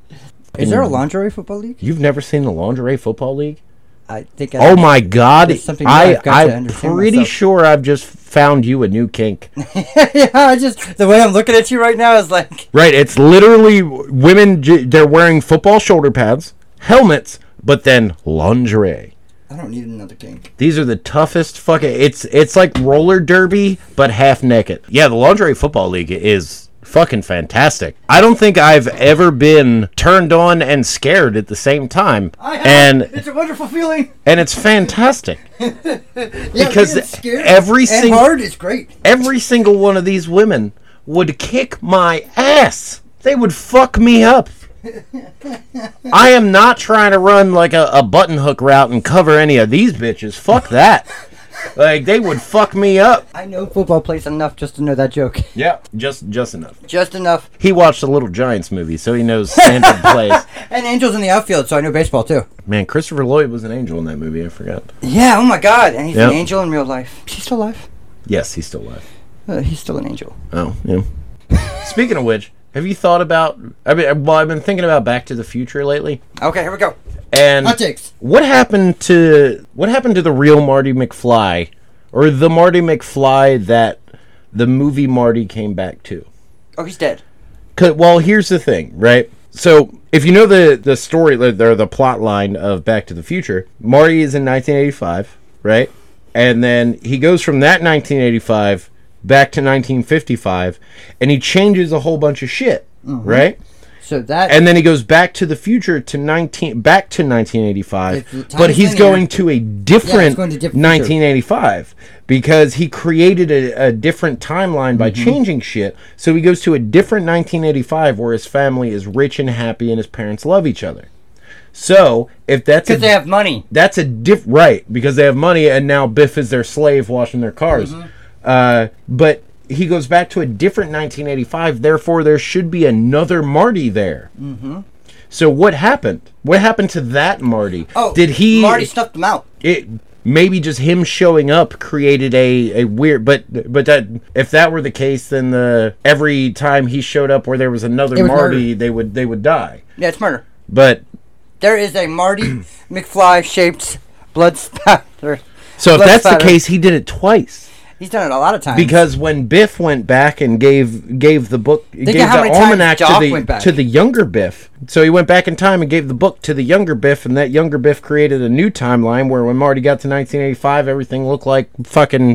Speaker 1: Is there a lingerie football league?
Speaker 2: You've never seen the lingerie football league?
Speaker 1: I think. I
Speaker 2: Oh my god!
Speaker 1: There's something that
Speaker 2: I
Speaker 1: I've got to
Speaker 2: I'm
Speaker 1: understand
Speaker 2: pretty
Speaker 1: myself.
Speaker 2: sure I've just found you a new kink.
Speaker 1: yeah, I just the way I'm looking at you right now is like
Speaker 2: right? It's literally w- women. j- They're wearing football shoulder pads, helmets, but then lingerie.
Speaker 1: I don't need another kink.
Speaker 2: These are the toughest fucking. It's it's like roller derby but half naked. Yeah, the lingerie football league is fucking fantastic. I don't think I've ever been turned on and scared at the same time, and
Speaker 1: it's a wonderful feeling.
Speaker 2: and it's fantastic
Speaker 1: Yeah,
Speaker 2: Because
Speaker 1: being scared
Speaker 2: every
Speaker 1: and
Speaker 2: sing-
Speaker 1: hard is great.
Speaker 2: every single one of these women would kick my ass. They would fuck me up. I am not trying to run like a, a button hook route and cover any of these bitches. Fuck that. Like they would fuck me up.
Speaker 1: I know football plays enough just to know that joke.
Speaker 2: Yeah, just just enough.
Speaker 1: Just enough.
Speaker 2: He watched the Little Giants movie, so he knows standard plays.
Speaker 1: And Angels in the outfield, so I know baseball too.
Speaker 2: Man, Christopher Lloyd was an angel in that movie. I forgot.
Speaker 1: Yeah, oh my god. And he's
Speaker 2: Yep.
Speaker 1: an angel in real life. Is he still alive?
Speaker 2: Yes, he's still alive.
Speaker 1: Uh, he's still an angel.
Speaker 2: Oh, yeah. Speaking of which, have you thought about? I mean, uh, well, I've been thinking about Back to the Future lately,
Speaker 1: Okay, here we go.
Speaker 2: and
Speaker 1: Hot takes.
Speaker 2: what happened to what happened to the real Marty McFly, or the Marty McFly that the movie Marty came back to?
Speaker 1: Oh, he's dead.
Speaker 2: Cause, well, here's the thing, right? So if you know the the story or the plot line of Back to the Future, Marty is in 1985, right? And then he goes from that 1985 back to 1955, and he changes a whole bunch of shit, right?
Speaker 1: So that
Speaker 2: And then he goes back to the future to 19 back to 1985,
Speaker 1: If time
Speaker 2: but
Speaker 1: is
Speaker 2: he's
Speaker 1: linear-
Speaker 2: going to a different,
Speaker 1: going to different future.
Speaker 2: 1985 because he created a, a different timeline by
Speaker 1: Mm-hmm.
Speaker 2: changing shit. So he goes to a different 1985 where his family is rich and happy and his parents love each other. So if that's a,
Speaker 1: because they have money.
Speaker 2: that's a diff right because they have money and now Biff is their slave washing their cars.
Speaker 1: Mm-hmm.
Speaker 2: Uh, but he goes back to a different 1985. Therefore, there should be another Marty there. Mm-hmm. So what happened? What happened to that Marty?
Speaker 1: Oh,
Speaker 2: did he?
Speaker 1: Marty snuffed them out.
Speaker 2: it maybe just him showing up created a, a weird but but that if that were the case then the every time he showed up where there was another
Speaker 1: was
Speaker 2: marty they would they would die
Speaker 1: Yeah, it's murder.
Speaker 2: but
Speaker 1: There is a Marty McFly shaped blood spatter.
Speaker 2: so if
Speaker 1: Blood
Speaker 2: that's the
Speaker 1: spatter.
Speaker 2: case he did it twice
Speaker 1: He's done it a lot of times.
Speaker 2: because when Biff went back and gave gave the book gave
Speaker 1: how
Speaker 2: the
Speaker 1: many times
Speaker 2: almanac to
Speaker 1: Doc went
Speaker 2: the
Speaker 1: back.
Speaker 2: to the younger Biff, so he went back in time and gave the book to the younger Biff, and that younger Biff created a new timeline where when Marty got to 1985, everything looked like fucking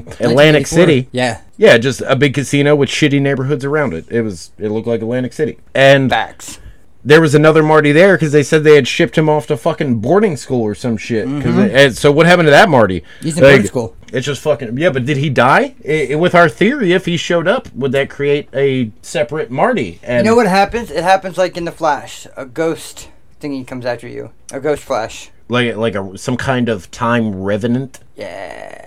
Speaker 1: 1984.
Speaker 2: Atlantic City.
Speaker 1: Yeah.
Speaker 2: Yeah, just a big casino with shitty neighborhoods around it. It was it looked like Atlantic City, and
Speaker 1: Facts.
Speaker 2: there was another Marty there because they said they had shipped him off to fucking boarding school or some shit. 'Cause they- and so what happened to that Marty?
Speaker 1: Mm-hmm. He's in boarding school.
Speaker 2: It's just fucking yeah. But did he die? I I- with our theory, if he showed up, would that create a separate Marty? And
Speaker 1: You know what happens? It happens like in the Flash. A ghost thingy comes after you. A ghost flash.
Speaker 2: like like a some kind of time revenant.
Speaker 1: Yeah.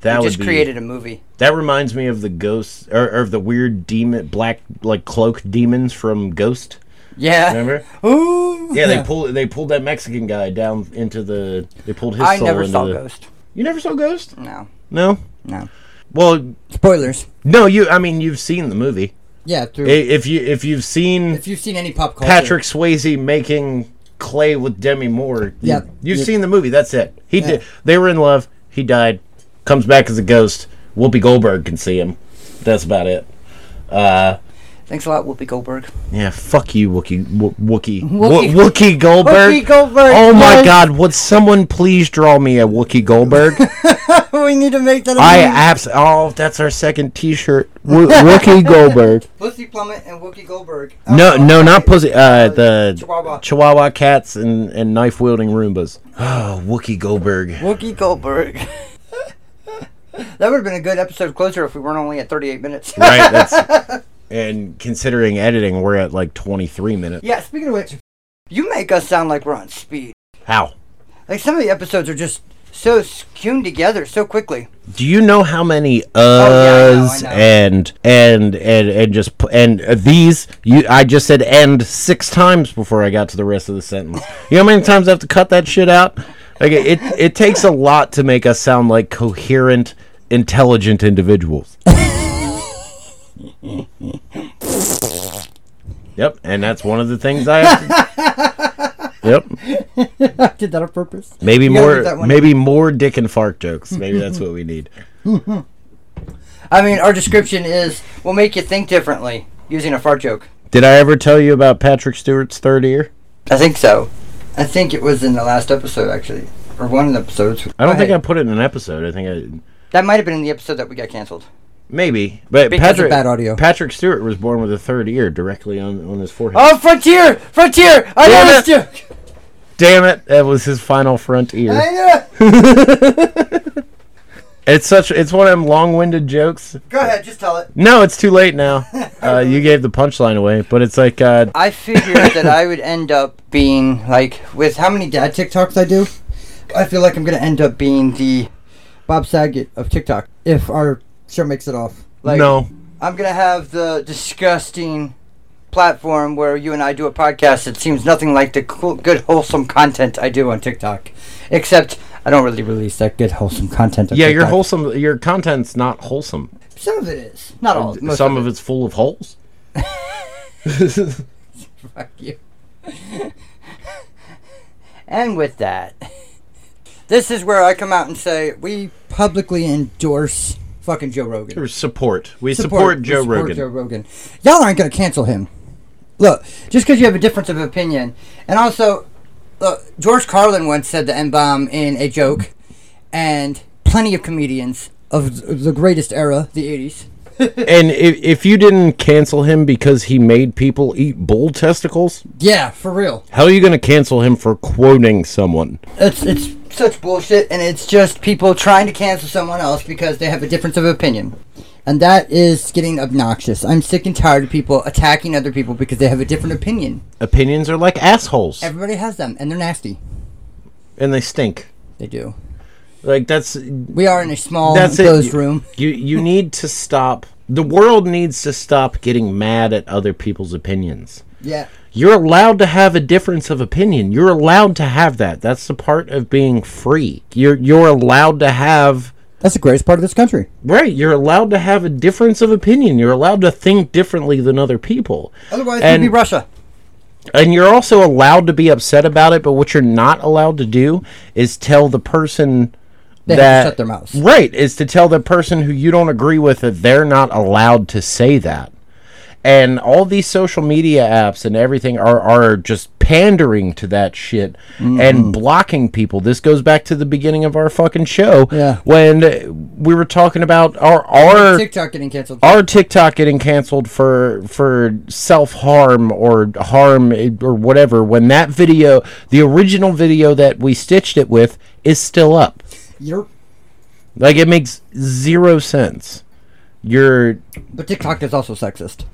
Speaker 2: That
Speaker 1: He
Speaker 2: would
Speaker 1: just
Speaker 2: be,
Speaker 1: created a movie.
Speaker 2: That reminds me of the ghosts or, or of the weird demon, black like cloaked demons from Ghost.
Speaker 1: Yeah.
Speaker 2: Remember?
Speaker 1: Ooh.
Speaker 2: Yeah, they pulled they pulled that Mexican guy down into the. They pulled his
Speaker 1: I
Speaker 2: soul
Speaker 1: never
Speaker 2: into
Speaker 1: saw
Speaker 2: the-
Speaker 1: Ghost.
Speaker 2: You never saw Ghost?
Speaker 1: No.
Speaker 2: No.
Speaker 1: No.
Speaker 2: Well,
Speaker 1: Spoilers.
Speaker 2: no. You. I mean, you've seen the movie.
Speaker 1: Yeah, through
Speaker 2: I- If you if you've seen
Speaker 1: if you've seen any pop culture.
Speaker 2: Patrick Swayze making clay with Demi Moore, you-
Speaker 1: Yep.
Speaker 2: you've
Speaker 1: Yep.
Speaker 2: seen the movie. That's it. He did. They were in love. He died. Comes back as a ghost. Whoopi Goldberg can see him. That's about it. Uh,
Speaker 1: Thanks a lot, Whoopi Goldberg.
Speaker 2: Yeah, fuck you, Wookie. Wo-
Speaker 1: Wookie.
Speaker 2: Wookie. Wookie. Wookie Goldberg.
Speaker 1: Whoopi Goldberg.
Speaker 2: Oh my
Speaker 1: was-
Speaker 2: God! Would someone please draw me a Wookie Goldberg?
Speaker 1: we need to make that. a
Speaker 2: I
Speaker 1: meme.
Speaker 2: abs. Oh, that's our second T-shirt. W- Wookie Goldberg.
Speaker 1: Pussy Plummet and Wookie Goldberg.
Speaker 2: No,
Speaker 1: Oh,
Speaker 2: no,
Speaker 1: okay.
Speaker 2: not pussy. Uh, the
Speaker 1: Chihuahua.
Speaker 2: Chihuahua cats and, and knife wielding Roombas. Oh, Wookie Goldberg.
Speaker 1: Wookie Goldberg. that would have been a good episode closer if we weren't only at 38 minutes.
Speaker 2: right. That's and considering editing, we're at like 23 minutes.
Speaker 1: yeah, speaking of which, you make us sound like we're on speed.
Speaker 2: How?
Speaker 1: Like some of the episodes are just so skewn together so quickly.
Speaker 2: Do you know how many uhs
Speaker 1: Oh, I know, I know.
Speaker 2: and and and and just p- and uh, these? You, I just said and six times before I got to the rest of the sentence. You know how many times I have to cut that shit out? Like it, it takes a lot to make us sound like coherent, intelligent individuals. yep, and that's one of the things I. Have to, yep.
Speaker 1: I did that on purpose.
Speaker 2: Maybe
Speaker 1: gotta do that
Speaker 2: more,
Speaker 1: one.
Speaker 2: maybe more dick and fart jokes. Maybe that's what we need.
Speaker 1: I mean, our description is we'll make you think differently using a fart joke.
Speaker 2: Did I ever tell you about Patrick Stewart's third ear?
Speaker 1: I think so. I think it was in the last episode, actually, or one of the episodes.
Speaker 2: I don't think I put it in an episode. I think I
Speaker 1: That might have been in the episode that we got canceled.
Speaker 2: maybe, but
Speaker 1: Because of
Speaker 2: Patrick
Speaker 1: bad audio.
Speaker 2: Patrick Stewart was born with a third ear directly on, on his forehead.
Speaker 1: Oh, Frontier! Frontier! I
Speaker 2: Damn
Speaker 1: know
Speaker 2: it.
Speaker 1: this joke!
Speaker 2: Damn it! That was his final front
Speaker 1: I
Speaker 2: ear.
Speaker 1: know it!
Speaker 2: It's such. It's one of them long-winded jokes.
Speaker 1: Go ahead, just tell it.
Speaker 2: No, it's too late now. Uh, you gave the punchline away, but it's like uh,
Speaker 1: I figured that I would end up being like with how many dad TikToks I do. I feel like I'm gonna end up being the Bob Saget of TikTok if our show makes it off. Like,
Speaker 2: no.
Speaker 1: I'm gonna have the disgusting platform where you and I do a podcast that seems nothing like the cool, good wholesome content I do on TikTok, except I don't really release that good wholesome content. On
Speaker 2: Yeah,
Speaker 1: TikTok.
Speaker 2: your wholesome. Your content's not wholesome.
Speaker 1: some of it is not all. Oh, Most
Speaker 2: Some
Speaker 1: of
Speaker 2: of it's full of holes.
Speaker 1: it. Fuck you. and with that, this is where I come out and say we publicly endorse fucking Joe Rogan.
Speaker 2: Or support. We support,
Speaker 1: we
Speaker 2: Joe Rogan.
Speaker 1: Joe Rogan. Y'all aren't going to cancel him. Look, just because you have a difference of opinion, and also, look, George Carlin once said the N bomb in a joke, and plenty of comedians of the greatest era, the '80s.
Speaker 2: And if, if you didn't cancel him because he made people eat bull testicles,
Speaker 1: Yeah, for real.
Speaker 2: how are you going to cancel him for quoting someone?
Speaker 1: It's it's such bullshit, and it's just people trying to cancel someone else because they have a difference of opinion. And that is getting obnoxious. I'm sick and tired of people attacking other people because they have a different opinion.
Speaker 2: Opinions are like assholes,
Speaker 1: Everybody has them, and they're nasty.
Speaker 2: and they stink.
Speaker 1: They do.
Speaker 2: Like that's
Speaker 1: We are in a small
Speaker 2: that's
Speaker 1: closed
Speaker 2: it.
Speaker 1: room.
Speaker 2: You you need to stop. The world needs to stop getting mad at other people's opinions.
Speaker 1: Yeah.
Speaker 2: You're allowed to have a difference of opinion. You're allowed to have that. That's the part of being free. You're you're allowed to have
Speaker 1: That's the greatest part of this country.
Speaker 2: Right, you're allowed to have a difference of opinion. You're allowed to think differently than other people.
Speaker 1: Otherwise,
Speaker 2: And-
Speaker 1: it'd be Russia.
Speaker 2: And you're also allowed to be upset about it, but what you're not allowed to do is tell the person
Speaker 1: They have to
Speaker 2: that
Speaker 1: shut their mouths.
Speaker 2: Right, is to tell the person who you don't agree with that they're not allowed to say that. And all these social media apps and everything are, are just pandering to that shit and blocking people. This goes back to the beginning of our fucking show
Speaker 1: Yeah.
Speaker 2: when we were talking about our our
Speaker 1: TikTok getting canceled.
Speaker 2: our TikTok getting canceled for for self harm or harm eh, or whatever when that video, the original video that we stitched it with, is still up.
Speaker 1: You're,
Speaker 2: Like it makes zero sense. You're
Speaker 1: but TikTok is also sexist.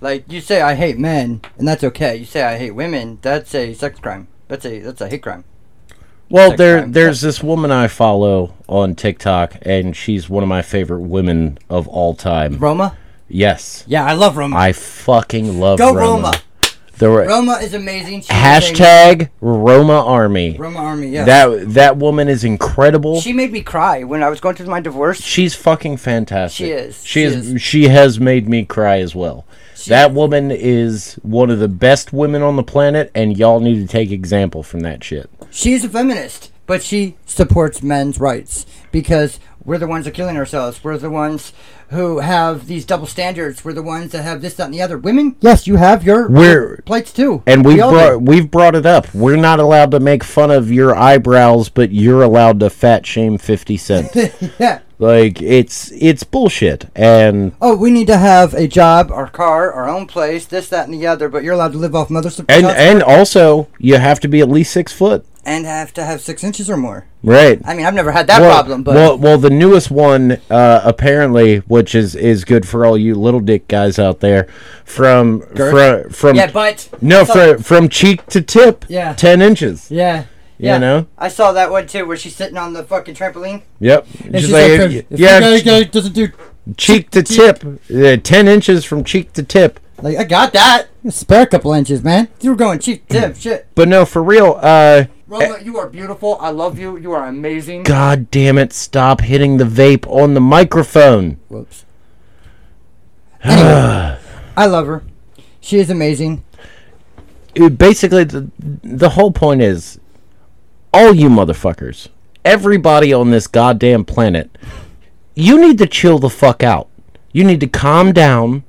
Speaker 1: Like you say, I hate men, and that's okay. You say I hate women, that's a sex crime. That's a that's a hate crime.
Speaker 2: well.
Speaker 1: Sex
Speaker 2: There,
Speaker 1: crime.
Speaker 2: there's this woman I follow on TikTok, and she's one of my favorite women of all time.
Speaker 1: Roma?
Speaker 2: Yes,
Speaker 1: Yeah, I love Roma.
Speaker 2: I fucking love
Speaker 1: Go
Speaker 2: Roma.
Speaker 1: Roma.
Speaker 2: There were
Speaker 1: Roma is amazing. She made me-
Speaker 2: hashtag Roma Army.
Speaker 1: Roma Army. Yeah.
Speaker 2: That that woman is incredible.
Speaker 1: she made me cry when I was going through my divorce.
Speaker 2: She's fucking fantastic.
Speaker 1: She is.
Speaker 2: She,
Speaker 1: She
Speaker 2: is,
Speaker 1: is.
Speaker 2: She has made me cry as well. that woman is one of the best women on the planet, and y'all need to take example from that shit.
Speaker 1: She's a feminist, but she supports men's rights because We're the ones that are killing ourselves. We're the ones who have these double standards. We're the ones that have this, that, and the other. Women, yes, you have your,
Speaker 2: We're-
Speaker 1: your plates too.
Speaker 2: And
Speaker 1: we
Speaker 2: we've
Speaker 1: all
Speaker 2: brought,
Speaker 1: do.
Speaker 2: we've brought it up. We're not allowed to make fun of your eyebrows, but you're allowed to fat shame Fifty Cent.
Speaker 1: yeah.
Speaker 2: like it's it's bullshit. And
Speaker 1: Oh, we need to have a job, our car, our own place, this, that, and the other. But you're allowed to live off mother's
Speaker 2: and
Speaker 1: support
Speaker 2: and also you have to be at least six foot.
Speaker 1: and have to have six inches or more.
Speaker 2: Right.
Speaker 1: I mean, I've never had that
Speaker 2: well,
Speaker 1: problem, but
Speaker 2: well, well, the newest one uh, apparently, which is is good for all you little dick guys out there, from from from
Speaker 1: yeah, but
Speaker 2: no
Speaker 1: So-
Speaker 2: from from cheek to tip,
Speaker 1: Yeah.
Speaker 2: ten inches.
Speaker 1: yeah,
Speaker 2: You know?
Speaker 1: I saw that one too, where she's sitting on the fucking trampoline.
Speaker 2: Yep,
Speaker 1: And
Speaker 2: Just
Speaker 1: she's
Speaker 2: like,
Speaker 1: like, if
Speaker 2: yeah,
Speaker 1: you
Speaker 2: ch-
Speaker 1: guy doesn't do
Speaker 2: cheek to tip, uh, ten inches from cheek to tip.
Speaker 1: like I got that. Spare a couple inches, man. You were going cheap tip shit.
Speaker 2: But no, for real. Uh,
Speaker 1: Roma, you are beautiful. I love you. You are amazing.
Speaker 2: God damn it! Stop hitting the vape on the microphone.
Speaker 1: Whoops. Anyway, I love her. She is amazing.
Speaker 2: it- basically the, the whole point is all you motherfuckers everybody on this goddamn planet you need to chill the fuck out you need to calm down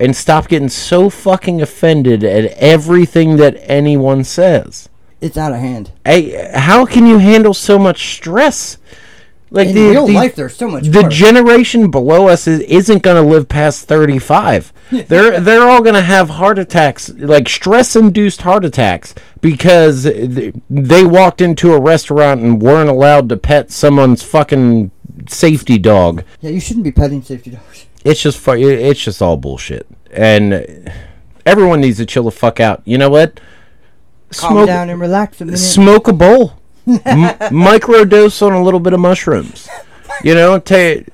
Speaker 2: and stop getting so fucking offended at everything that anyone says
Speaker 1: It's out of hand.
Speaker 2: hey how can you handle so much stress like
Speaker 1: In
Speaker 2: the,
Speaker 1: real
Speaker 2: the-
Speaker 1: life, there's so much.
Speaker 2: the
Speaker 1: worse.
Speaker 2: generation below us is, isn't going to live past 35 they're they're all going to have heart attacks like stress induced heart attacks because th- they walked into a restaurant and weren't allowed to pet someone's fucking safety dog
Speaker 1: yeah, you shouldn't be petting safety dogs.
Speaker 2: it's just fu- it- it's just all bullshit and everyone needs to chill the fuck out you know what
Speaker 1: Calm down and relax a minute.
Speaker 2: smoke a bowl M- microdose on a little bit of mushrooms you know ta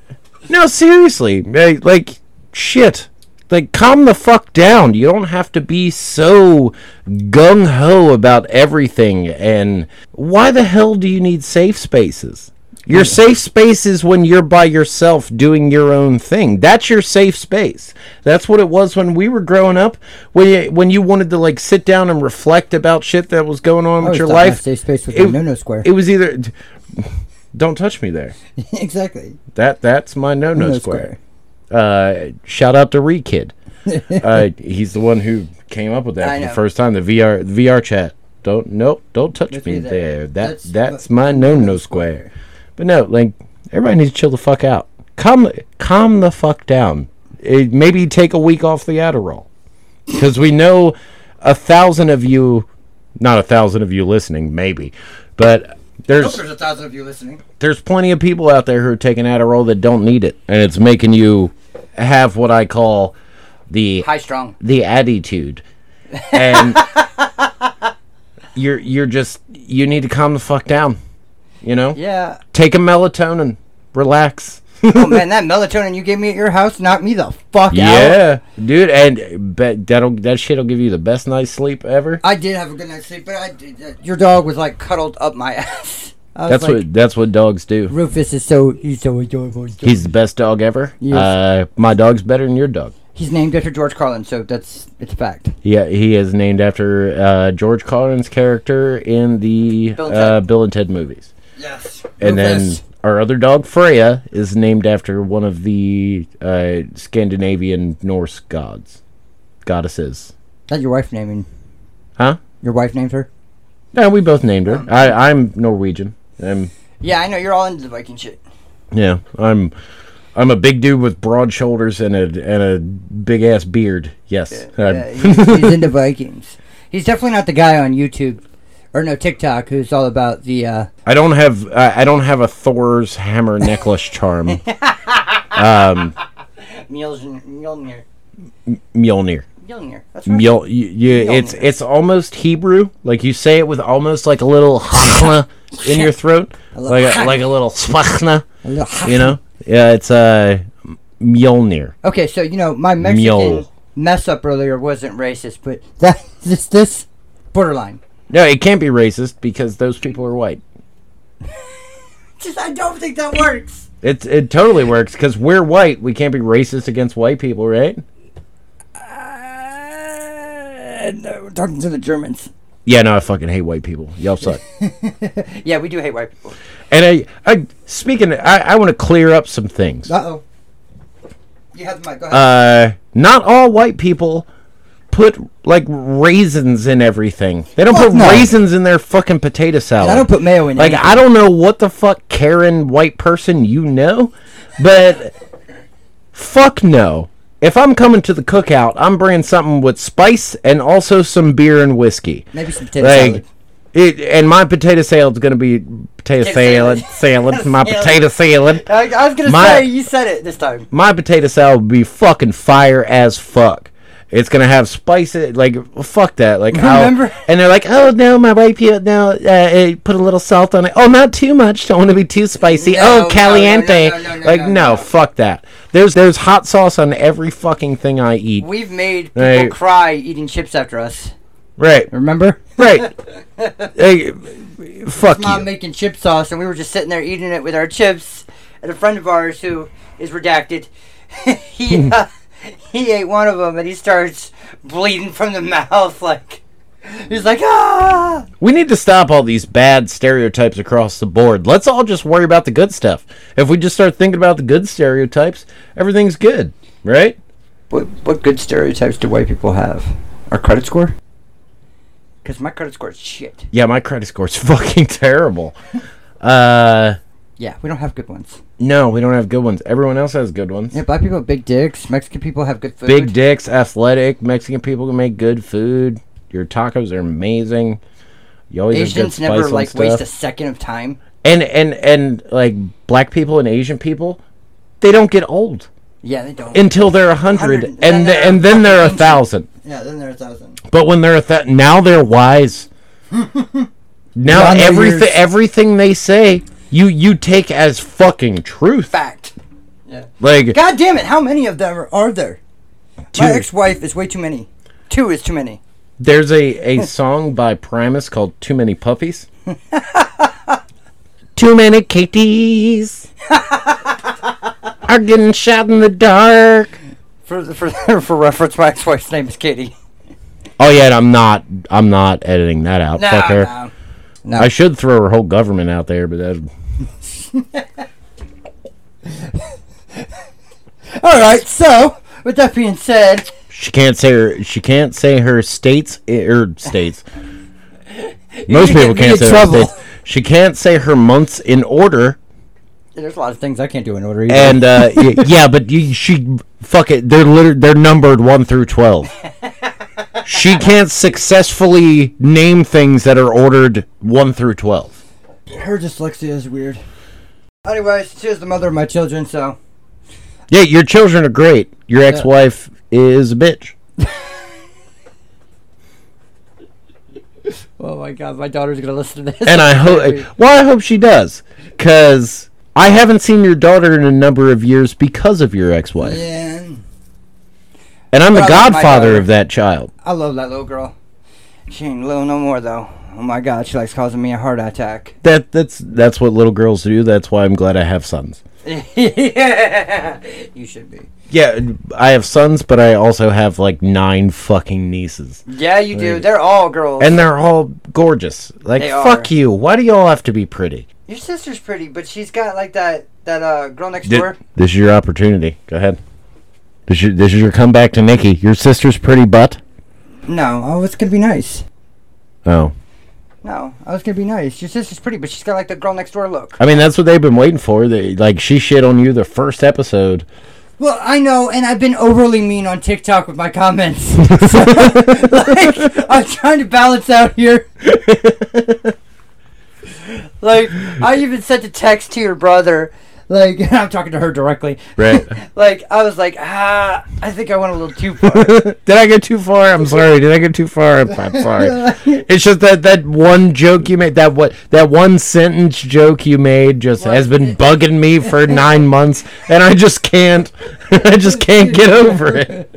Speaker 2: no seriously eh, like shit like calm the fuck down you don't have to be so gung-ho about everything and why the hell do you need safe spaces your safe space is when you're by yourself doing your own thing. That's your safe space. That's what it was when we were growing up. When you, when you wanted to like sit down and reflect about shit that was going on with
Speaker 1: always
Speaker 2: your
Speaker 1: thought my
Speaker 2: life.
Speaker 1: Oh, safe space was
Speaker 2: it-
Speaker 1: the no-no square.
Speaker 2: It was either don't touch me there.
Speaker 1: exactly.
Speaker 2: That that's my no no
Speaker 1: No
Speaker 2: square. Uh, shout out to Re Kid. uh, he's the one who came up with that
Speaker 1: I
Speaker 2: for the
Speaker 1: know.
Speaker 2: first time. The VR the VR chat. Don't nope. Don't touch
Speaker 1: Don't
Speaker 2: me
Speaker 1: do that.
Speaker 2: there. That that's,
Speaker 1: That's
Speaker 2: my no no square. But no, like everybody needs to chill the fuck out. Calm calm the fuck down. It, maybe take a week off the Adderall because we know a thousand of you, not a thousand of you listening, maybe, but
Speaker 1: I hope
Speaker 2: there's
Speaker 1: there's a thousand of you listening.
Speaker 2: there's plenty of people out there who are taking Adderall that don't need it, and it's making you have what I call the
Speaker 1: High strong.
Speaker 2: the attitude, and you're you're just you need to calm the fuck down, you know.
Speaker 1: Yeah.
Speaker 2: Take a melatonin, relax.
Speaker 1: oh man, that melatonin you gave me at your house knocked me the fuck out.
Speaker 2: Yeah, dude, and bet that'll that shit'll give you the best night's sleep ever.
Speaker 1: I did have a good night's sleep, but I did, uh, your dog was like cuddled up my ass. I was
Speaker 2: That's
Speaker 1: like,
Speaker 2: what that's what dogs do.
Speaker 1: Rufus is so he's so adorable. He's, so-
Speaker 2: He's the best dog ever.
Speaker 1: Yes.
Speaker 2: Uh, my dog's better than your dog.
Speaker 1: he's named after George Carlin, so that's it's a fact.
Speaker 2: Yeah, he is named after uh, George Collins' character in the
Speaker 1: Bill and
Speaker 2: uh,
Speaker 1: Ted.
Speaker 2: Bill and Ted movies.
Speaker 1: Yes.
Speaker 2: And then our other dog, Freya, is named after one of the uh, Scandinavian Norse gods, goddesses.
Speaker 1: that your wife naming
Speaker 2: Huh?
Speaker 1: your wife named her.
Speaker 2: No, we both named her. I, I'm Norwegian. I'm,
Speaker 1: Yeah, I know you're all into the Viking shit.
Speaker 2: yeah, I'm. I'm a big dude with broad shoulders and a and a big ass beard. Yes, I'm-
Speaker 1: Yeah, he's, he's into Vikings. He's definitely not the guy on YouTube or no TikTok who's all about the. uh
Speaker 2: I don't have uh, I don't have a Thor's hammer necklace charm.
Speaker 1: Mjolnir. Mjolnir.
Speaker 2: Mjolnir.
Speaker 1: Mjolnir. That's right.
Speaker 2: Mjol, you, you,
Speaker 1: Mjolnir.
Speaker 2: it's it's almost Hebrew. Like you say it with almost like a little in your throat,
Speaker 1: love-
Speaker 2: like a, like a little swachna.
Speaker 1: A little
Speaker 2: You know? Yeah, it's uh, Mjolnir.
Speaker 1: Okay, so you know my Mexican
Speaker 2: Mule.
Speaker 1: mess up earlier wasn't racist, but that this this borderline.
Speaker 2: No, it can't be racist because those people are white.
Speaker 1: Just I don't think that works.
Speaker 2: It it totally works because we're white. We can't be racist against white people, right?
Speaker 1: Uh, no, we're talking to the Germans.
Speaker 2: Yeah, no, I fucking hate white people. Y'all suck.
Speaker 1: Yeah, we do hate white people.
Speaker 2: and I, I speaking, of- I, I want to clear up some things.
Speaker 1: Uh oh. You have the mic. Go ahead.
Speaker 2: Uh, not all white people put like raisins in everything. They don't
Speaker 1: Fuck
Speaker 2: put
Speaker 1: no.
Speaker 2: raisins in their fucking potato salad.
Speaker 1: I don't put mayo in
Speaker 2: Like
Speaker 1: anything.
Speaker 2: I don't know what the fuck Karen white person you know, but fuck no. If I'm coming to the cookout, I'm bringing something with spice and also some beer and whiskey.
Speaker 1: Maybe some potato
Speaker 2: Like
Speaker 1: salad.
Speaker 2: it, and my potato salad's gonna be potato
Speaker 1: Potato
Speaker 2: salad,
Speaker 1: salad.
Speaker 2: salad, my
Speaker 1: Salad.
Speaker 2: potato salad.
Speaker 1: I, I was gonna
Speaker 2: my-
Speaker 1: say you said it this time.
Speaker 2: My potato salad would be fucking fire as fuck. It's gonna have spices like fuck that. Like I'll-
Speaker 1: Remember-
Speaker 2: and they're like, oh no, my white people no, uh, eh, put a little salt on it. Oh, not too much. Don't want to be too spicy.
Speaker 1: No, no,
Speaker 2: oh,
Speaker 1: no,
Speaker 2: caliente.
Speaker 1: no, no, no, no,
Speaker 2: like
Speaker 1: no,
Speaker 2: no,
Speaker 1: no.
Speaker 2: fuck that. There's there's hot sauce on every fucking thing I eat.
Speaker 1: We've made people
Speaker 2: Right.
Speaker 1: cry eating chips after us.
Speaker 2: Right,
Speaker 1: Remember?
Speaker 2: right. Hey, fuck
Speaker 1: Mom
Speaker 2: you.
Speaker 1: making chip sauce, and we were just sitting there eating it with our chips. And a friend of ours who is redacted, he uh, he ate one of them, and he starts bleeding from the mouth. Like he's like ah.
Speaker 2: We need to stop all these bad stereotypes across the board. Let's all just worry about the good stuff. If we just start thinking about the good stereotypes, everything's good, right?
Speaker 1: What what good stereotypes do white people have? Our credit score. Because my credit score is shit.
Speaker 2: Yeah, my credit score's fucking terrible. Uh,
Speaker 1: Yeah, we don't have good ones.
Speaker 2: no, we don't have good ones. Everyone else has good ones.
Speaker 1: Yeah, black people have big dicks. Mexican people have good food.
Speaker 2: Big dicks, athletic. Mexican people can make good food. Your tacos are amazing. You always have good
Speaker 1: Asians
Speaker 2: spice
Speaker 1: never
Speaker 2: on
Speaker 1: like
Speaker 2: stuff.
Speaker 1: waste a second of time.
Speaker 2: and and and like black people and Asian people, they don't get old
Speaker 1: Yeah, they don't.
Speaker 2: until they're a hundred,
Speaker 1: Hundred-
Speaker 2: and
Speaker 1: then
Speaker 2: th-
Speaker 1: they're
Speaker 2: and then they're
Speaker 1: fucking
Speaker 2: a
Speaker 1: ancient.
Speaker 2: thousand.
Speaker 1: yeah, then they're a thousand.
Speaker 2: But when they're a th- now they're wise. now
Speaker 1: Beyond their
Speaker 2: everything
Speaker 1: years.
Speaker 2: everything they say you you take as fucking truth.
Speaker 1: Fact. Yeah.
Speaker 2: Like
Speaker 1: God damn it! How many of them are, are there? My
Speaker 2: Dude.
Speaker 1: ex-wife is way too many. Two is too many.
Speaker 2: There's a, a song by Primus called Too Many Puppies. Too many kitties are getting shot in the dark.
Speaker 1: For for for reference, my ex-wife's name is Katie.
Speaker 2: Oh yeah, and I'm not I'm not editing that out.
Speaker 1: No,
Speaker 2: Fuck her.
Speaker 1: no.
Speaker 2: I should throw her whole government out there, but that
Speaker 1: All right. So, with that being said,
Speaker 2: she can't say her she can't say her states i- er states. Most
Speaker 1: gonna
Speaker 2: people
Speaker 1: get me in
Speaker 2: can't say her
Speaker 1: trouble.
Speaker 2: states. She can't say her months in order
Speaker 1: there's a lot of things I can't do in order. Either.
Speaker 2: and uh, y- yeah, but you, she fuck it. They're liter- they're numbered one through twelve. she can't successfully name things that are ordered one through twelve.
Speaker 1: her dyslexia is weird. Anyways, she is the mother of my children, so
Speaker 2: Yeah, your children are great. Your ex-wife is a bitch.
Speaker 1: Oh my god, my daughter's gonna listen to this.
Speaker 2: and I
Speaker 1: Maybe.
Speaker 2: hope. Well, I hope she does, because I haven't seen your daughter in a number of years because of your ex-wife,
Speaker 1: Yeah.
Speaker 2: and I'm the
Speaker 1: But I love my
Speaker 2: godfather
Speaker 1: daughter.
Speaker 2: of that child.
Speaker 1: I love that little girl. She ain't little no more though. Oh my god, she likes causing me a heart attack.
Speaker 2: That that's that's what little girls do. That's why I'm glad I have sons.
Speaker 1: yeah, you should be.
Speaker 2: Yeah, I have sons, but I also have like nine fucking nieces,
Speaker 1: Yeah, you do. They're all girls.
Speaker 2: and they're all gorgeous. Like,
Speaker 1: They
Speaker 2: fuck
Speaker 1: are.
Speaker 2: you. Why do y'all have to be pretty?
Speaker 1: your sister's pretty, but she's got like that that uh girl next
Speaker 2: Th-
Speaker 1: door.
Speaker 2: This is your opportunity. Go ahead. This is, this is your comeback to Nikki. Your sister's pretty butt.
Speaker 1: No, oh, it's gonna be nice.
Speaker 2: Oh,
Speaker 1: No, I was gonna be nice. Your sister's pretty, but she's got like the girl next door look.
Speaker 2: I mean that's what they've been waiting for. They like she shit on you the first episode.
Speaker 1: Well, I know, and I've been overly mean on TikTok with my comments. So, like, I'm trying to balance out here. like, I even sent a text to your brother. Like, I'm talking to her directly.
Speaker 2: Right.
Speaker 1: Like, I was like, ah, I think I went a little too far.
Speaker 2: Did I go too far? I'm sorry. Did I go too far? I'm, I'm sorry. It's just that that one joke you made, that what that one sentence joke you made, just has been bugging me for nine months, and I just can't, I just can't get over it.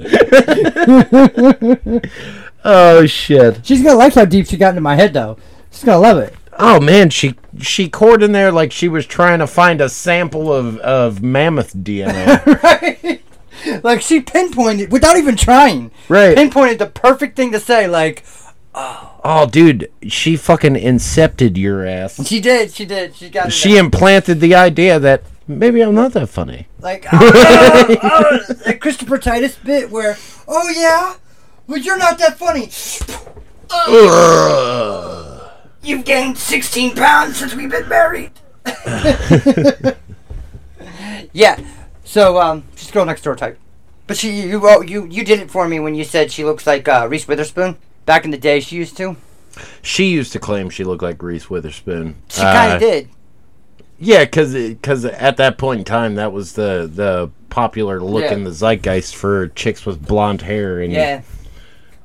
Speaker 2: oh shit!
Speaker 1: She's gonna like how deep she got into my head, though. She's gonna love it.
Speaker 2: Oh man, she she poured in there like she was trying to find a sample of of mammoth DNA.
Speaker 1: Like, she pinpointed, without even trying,
Speaker 2: Right.
Speaker 1: pinpointed the perfect thing to say. Like,
Speaker 2: Oh, dude, she fucking incepted your ass.
Speaker 1: She did. She did. She got. it
Speaker 2: She implanted the idea that maybe I'm not that funny.
Speaker 1: Like oh, oh, oh, that Christopher Titus bit where, oh yeah, well you're not that funny. You've gained 16 pounds since we've been married. yeah, so um, she's girl next door type, but she you oh, you you did it for me when you said she looks like uh, Reese Witherspoon back in the day. She used to.
Speaker 2: She used to claim she looked like Reese Witherspoon.
Speaker 1: She kind
Speaker 2: Uh,
Speaker 1: of did.
Speaker 2: Yeah, because at that point in time, that was the the popular look
Speaker 1: Yeah.
Speaker 2: in the zeitgeist for chicks with blonde hair and
Speaker 1: Yeah.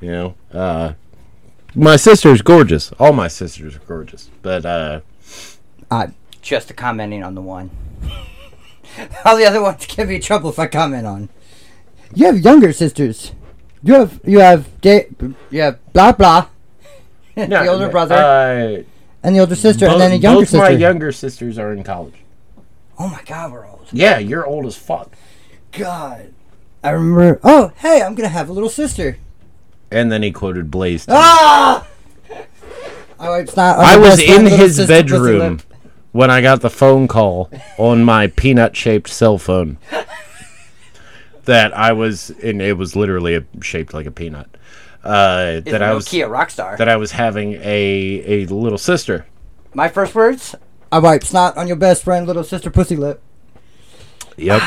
Speaker 2: you know. Uh, my sister's gorgeous. All my sisters are gorgeous, but uh, Ah.
Speaker 1: I'm just commenting on the one. All the other ones give me trouble if I comment on. You have younger sisters. You have you have da- you have blah blah. the older brother
Speaker 2: uh,
Speaker 1: and the older sister,
Speaker 2: both,
Speaker 1: and then a younger
Speaker 2: both
Speaker 1: sister.
Speaker 2: my younger sisters are in college.
Speaker 1: oh my God, we're old.
Speaker 2: Yeah, you're old as fuck.
Speaker 1: God, I remember. Oh hey, I'm gonna have a little sister.
Speaker 2: And then he quoted Blaze. to me.
Speaker 1: Ah! Oh, it's not.
Speaker 2: I was
Speaker 1: it's not
Speaker 2: in
Speaker 1: little
Speaker 2: his
Speaker 1: sister, pussy
Speaker 2: bedroom
Speaker 1: lip.
Speaker 2: when I got the phone call on my peanut shaped cell phone. that I was, and it was literally a, shaped like a peanut. Uh, that I was,
Speaker 1: Nokia rockstar.
Speaker 2: that I was having a a little sister.
Speaker 1: my first words. Oh, I wipe snot on your best friend, little sister, pussy lip.
Speaker 2: Yep.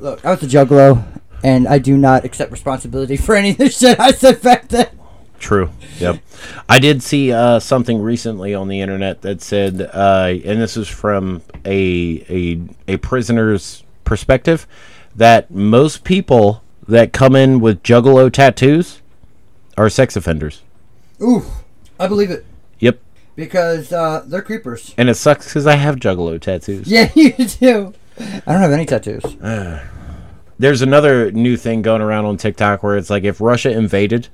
Speaker 1: Look, I was a juggalo, and I do not accept responsibility for any of the shit I said back then.
Speaker 2: True. Yep. I did see uh, something recently on the internet that said, uh, and this is from a, a a prisoner's perspective, that most people that come in with juggalo tattoos are sex offenders.
Speaker 1: Ooh, I believe it
Speaker 2: Yep.
Speaker 1: because uh, they're creepers.
Speaker 2: And it sucks because I have juggalo tattoos.
Speaker 1: Yeah, you do. I don't have any tattoos.
Speaker 2: There's another new thing going around on TikTok where it's like if Russia invaded.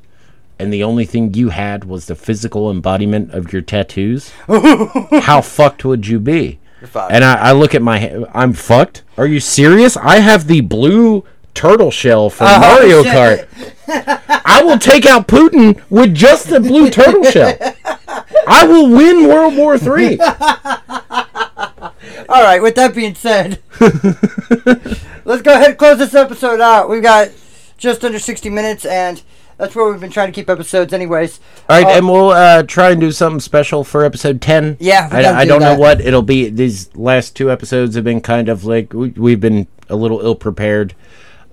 Speaker 2: And the only thing you had was the physical embodiment of your tattoos. How fucked would you be? And I, I look at my. ha- I'm fucked. Are you serious? I have the blue turtle shell from Mario
Speaker 1: shit.
Speaker 2: Kart. I will take out Putin with just the blue turtle shell. I will win World War Three.
Speaker 1: All right. With that being said, let's go ahead and close this episode out. We've got just under sixty minutes, and that's where we've been trying to keep episodes, anyways.
Speaker 2: All right,
Speaker 1: Uh,
Speaker 2: and we'll uh, try and do something special for episode ten.
Speaker 1: Yeah, we
Speaker 2: I,
Speaker 1: gotta
Speaker 2: I
Speaker 1: do
Speaker 2: don't
Speaker 1: that.
Speaker 2: know what it'll be. These last two episodes have been kind of like we, we've been a little ill prepared.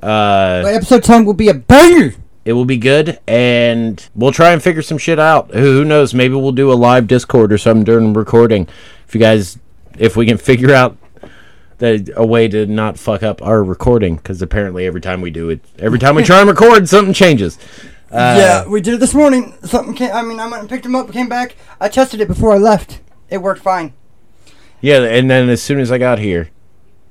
Speaker 2: Uh,
Speaker 1: But episode ten will be a banger.
Speaker 2: it will be good and we'll try and figure some shit out who, who knows maybe we'll do a live discord or something during recording if you guys if we can figure out the, a way to not fuck up our recording because apparently every time we do it every time we try and record something changes Uh,
Speaker 1: yeah, we did it this morning. Something came. I mean, I went and picked him up, came back. I tested it before I left. It worked fine.
Speaker 2: yeah and then as soon as i got here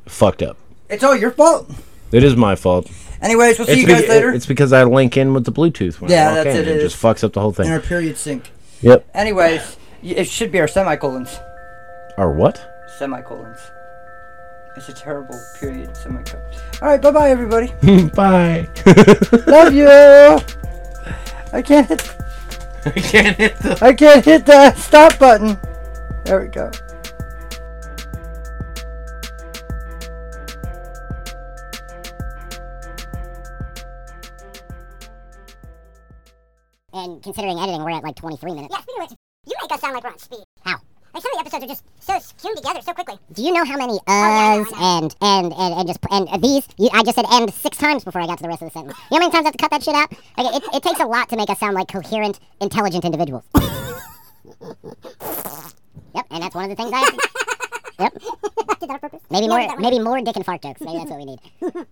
Speaker 2: fucked up
Speaker 1: It's all your fault.
Speaker 2: it is my fault
Speaker 1: Anyways, we'll see
Speaker 2: it's,
Speaker 1: you guys
Speaker 2: be-
Speaker 1: later.
Speaker 2: it's because i link in with the bluetooth when
Speaker 1: Yeah,
Speaker 2: I walk
Speaker 1: that's
Speaker 2: in.
Speaker 1: it,
Speaker 2: it
Speaker 1: it
Speaker 2: just
Speaker 1: is.
Speaker 2: fucks up the whole
Speaker 1: in
Speaker 2: thing
Speaker 1: our period sync.
Speaker 2: yep
Speaker 1: Anyways, y- it should be our semicolons.
Speaker 2: or what
Speaker 1: Semicolons. It's a terrible period semicolon. All right, bye bye everybody.
Speaker 2: bye
Speaker 1: Love you. I can't hit.
Speaker 2: i can't hit the
Speaker 1: I can't hit the stop button. There we go.
Speaker 3: And considering editing, we're at like 23 minutes.
Speaker 4: Yeah, speaking of which, you make us sound like we're on speed.
Speaker 3: How?
Speaker 4: Like some of the episodes are just so skewed together so quickly. Oh,
Speaker 3: Do you know how many
Speaker 4: yeah, I
Speaker 3: uhs and and and and just and these? You, I just said and six times before I got to the rest of the sentence. You know how many times I have to cut that shit out? Okay, it, it takes a lot to make us sound like coherent, intelligent individuals. yep, and that's one of the things I. Yep.
Speaker 4: Did that on purpose?
Speaker 3: Maybe
Speaker 4: Yeah,
Speaker 3: more.
Speaker 4: that one.
Speaker 3: Maybe more dick and fart jokes. Maybe that's what we need.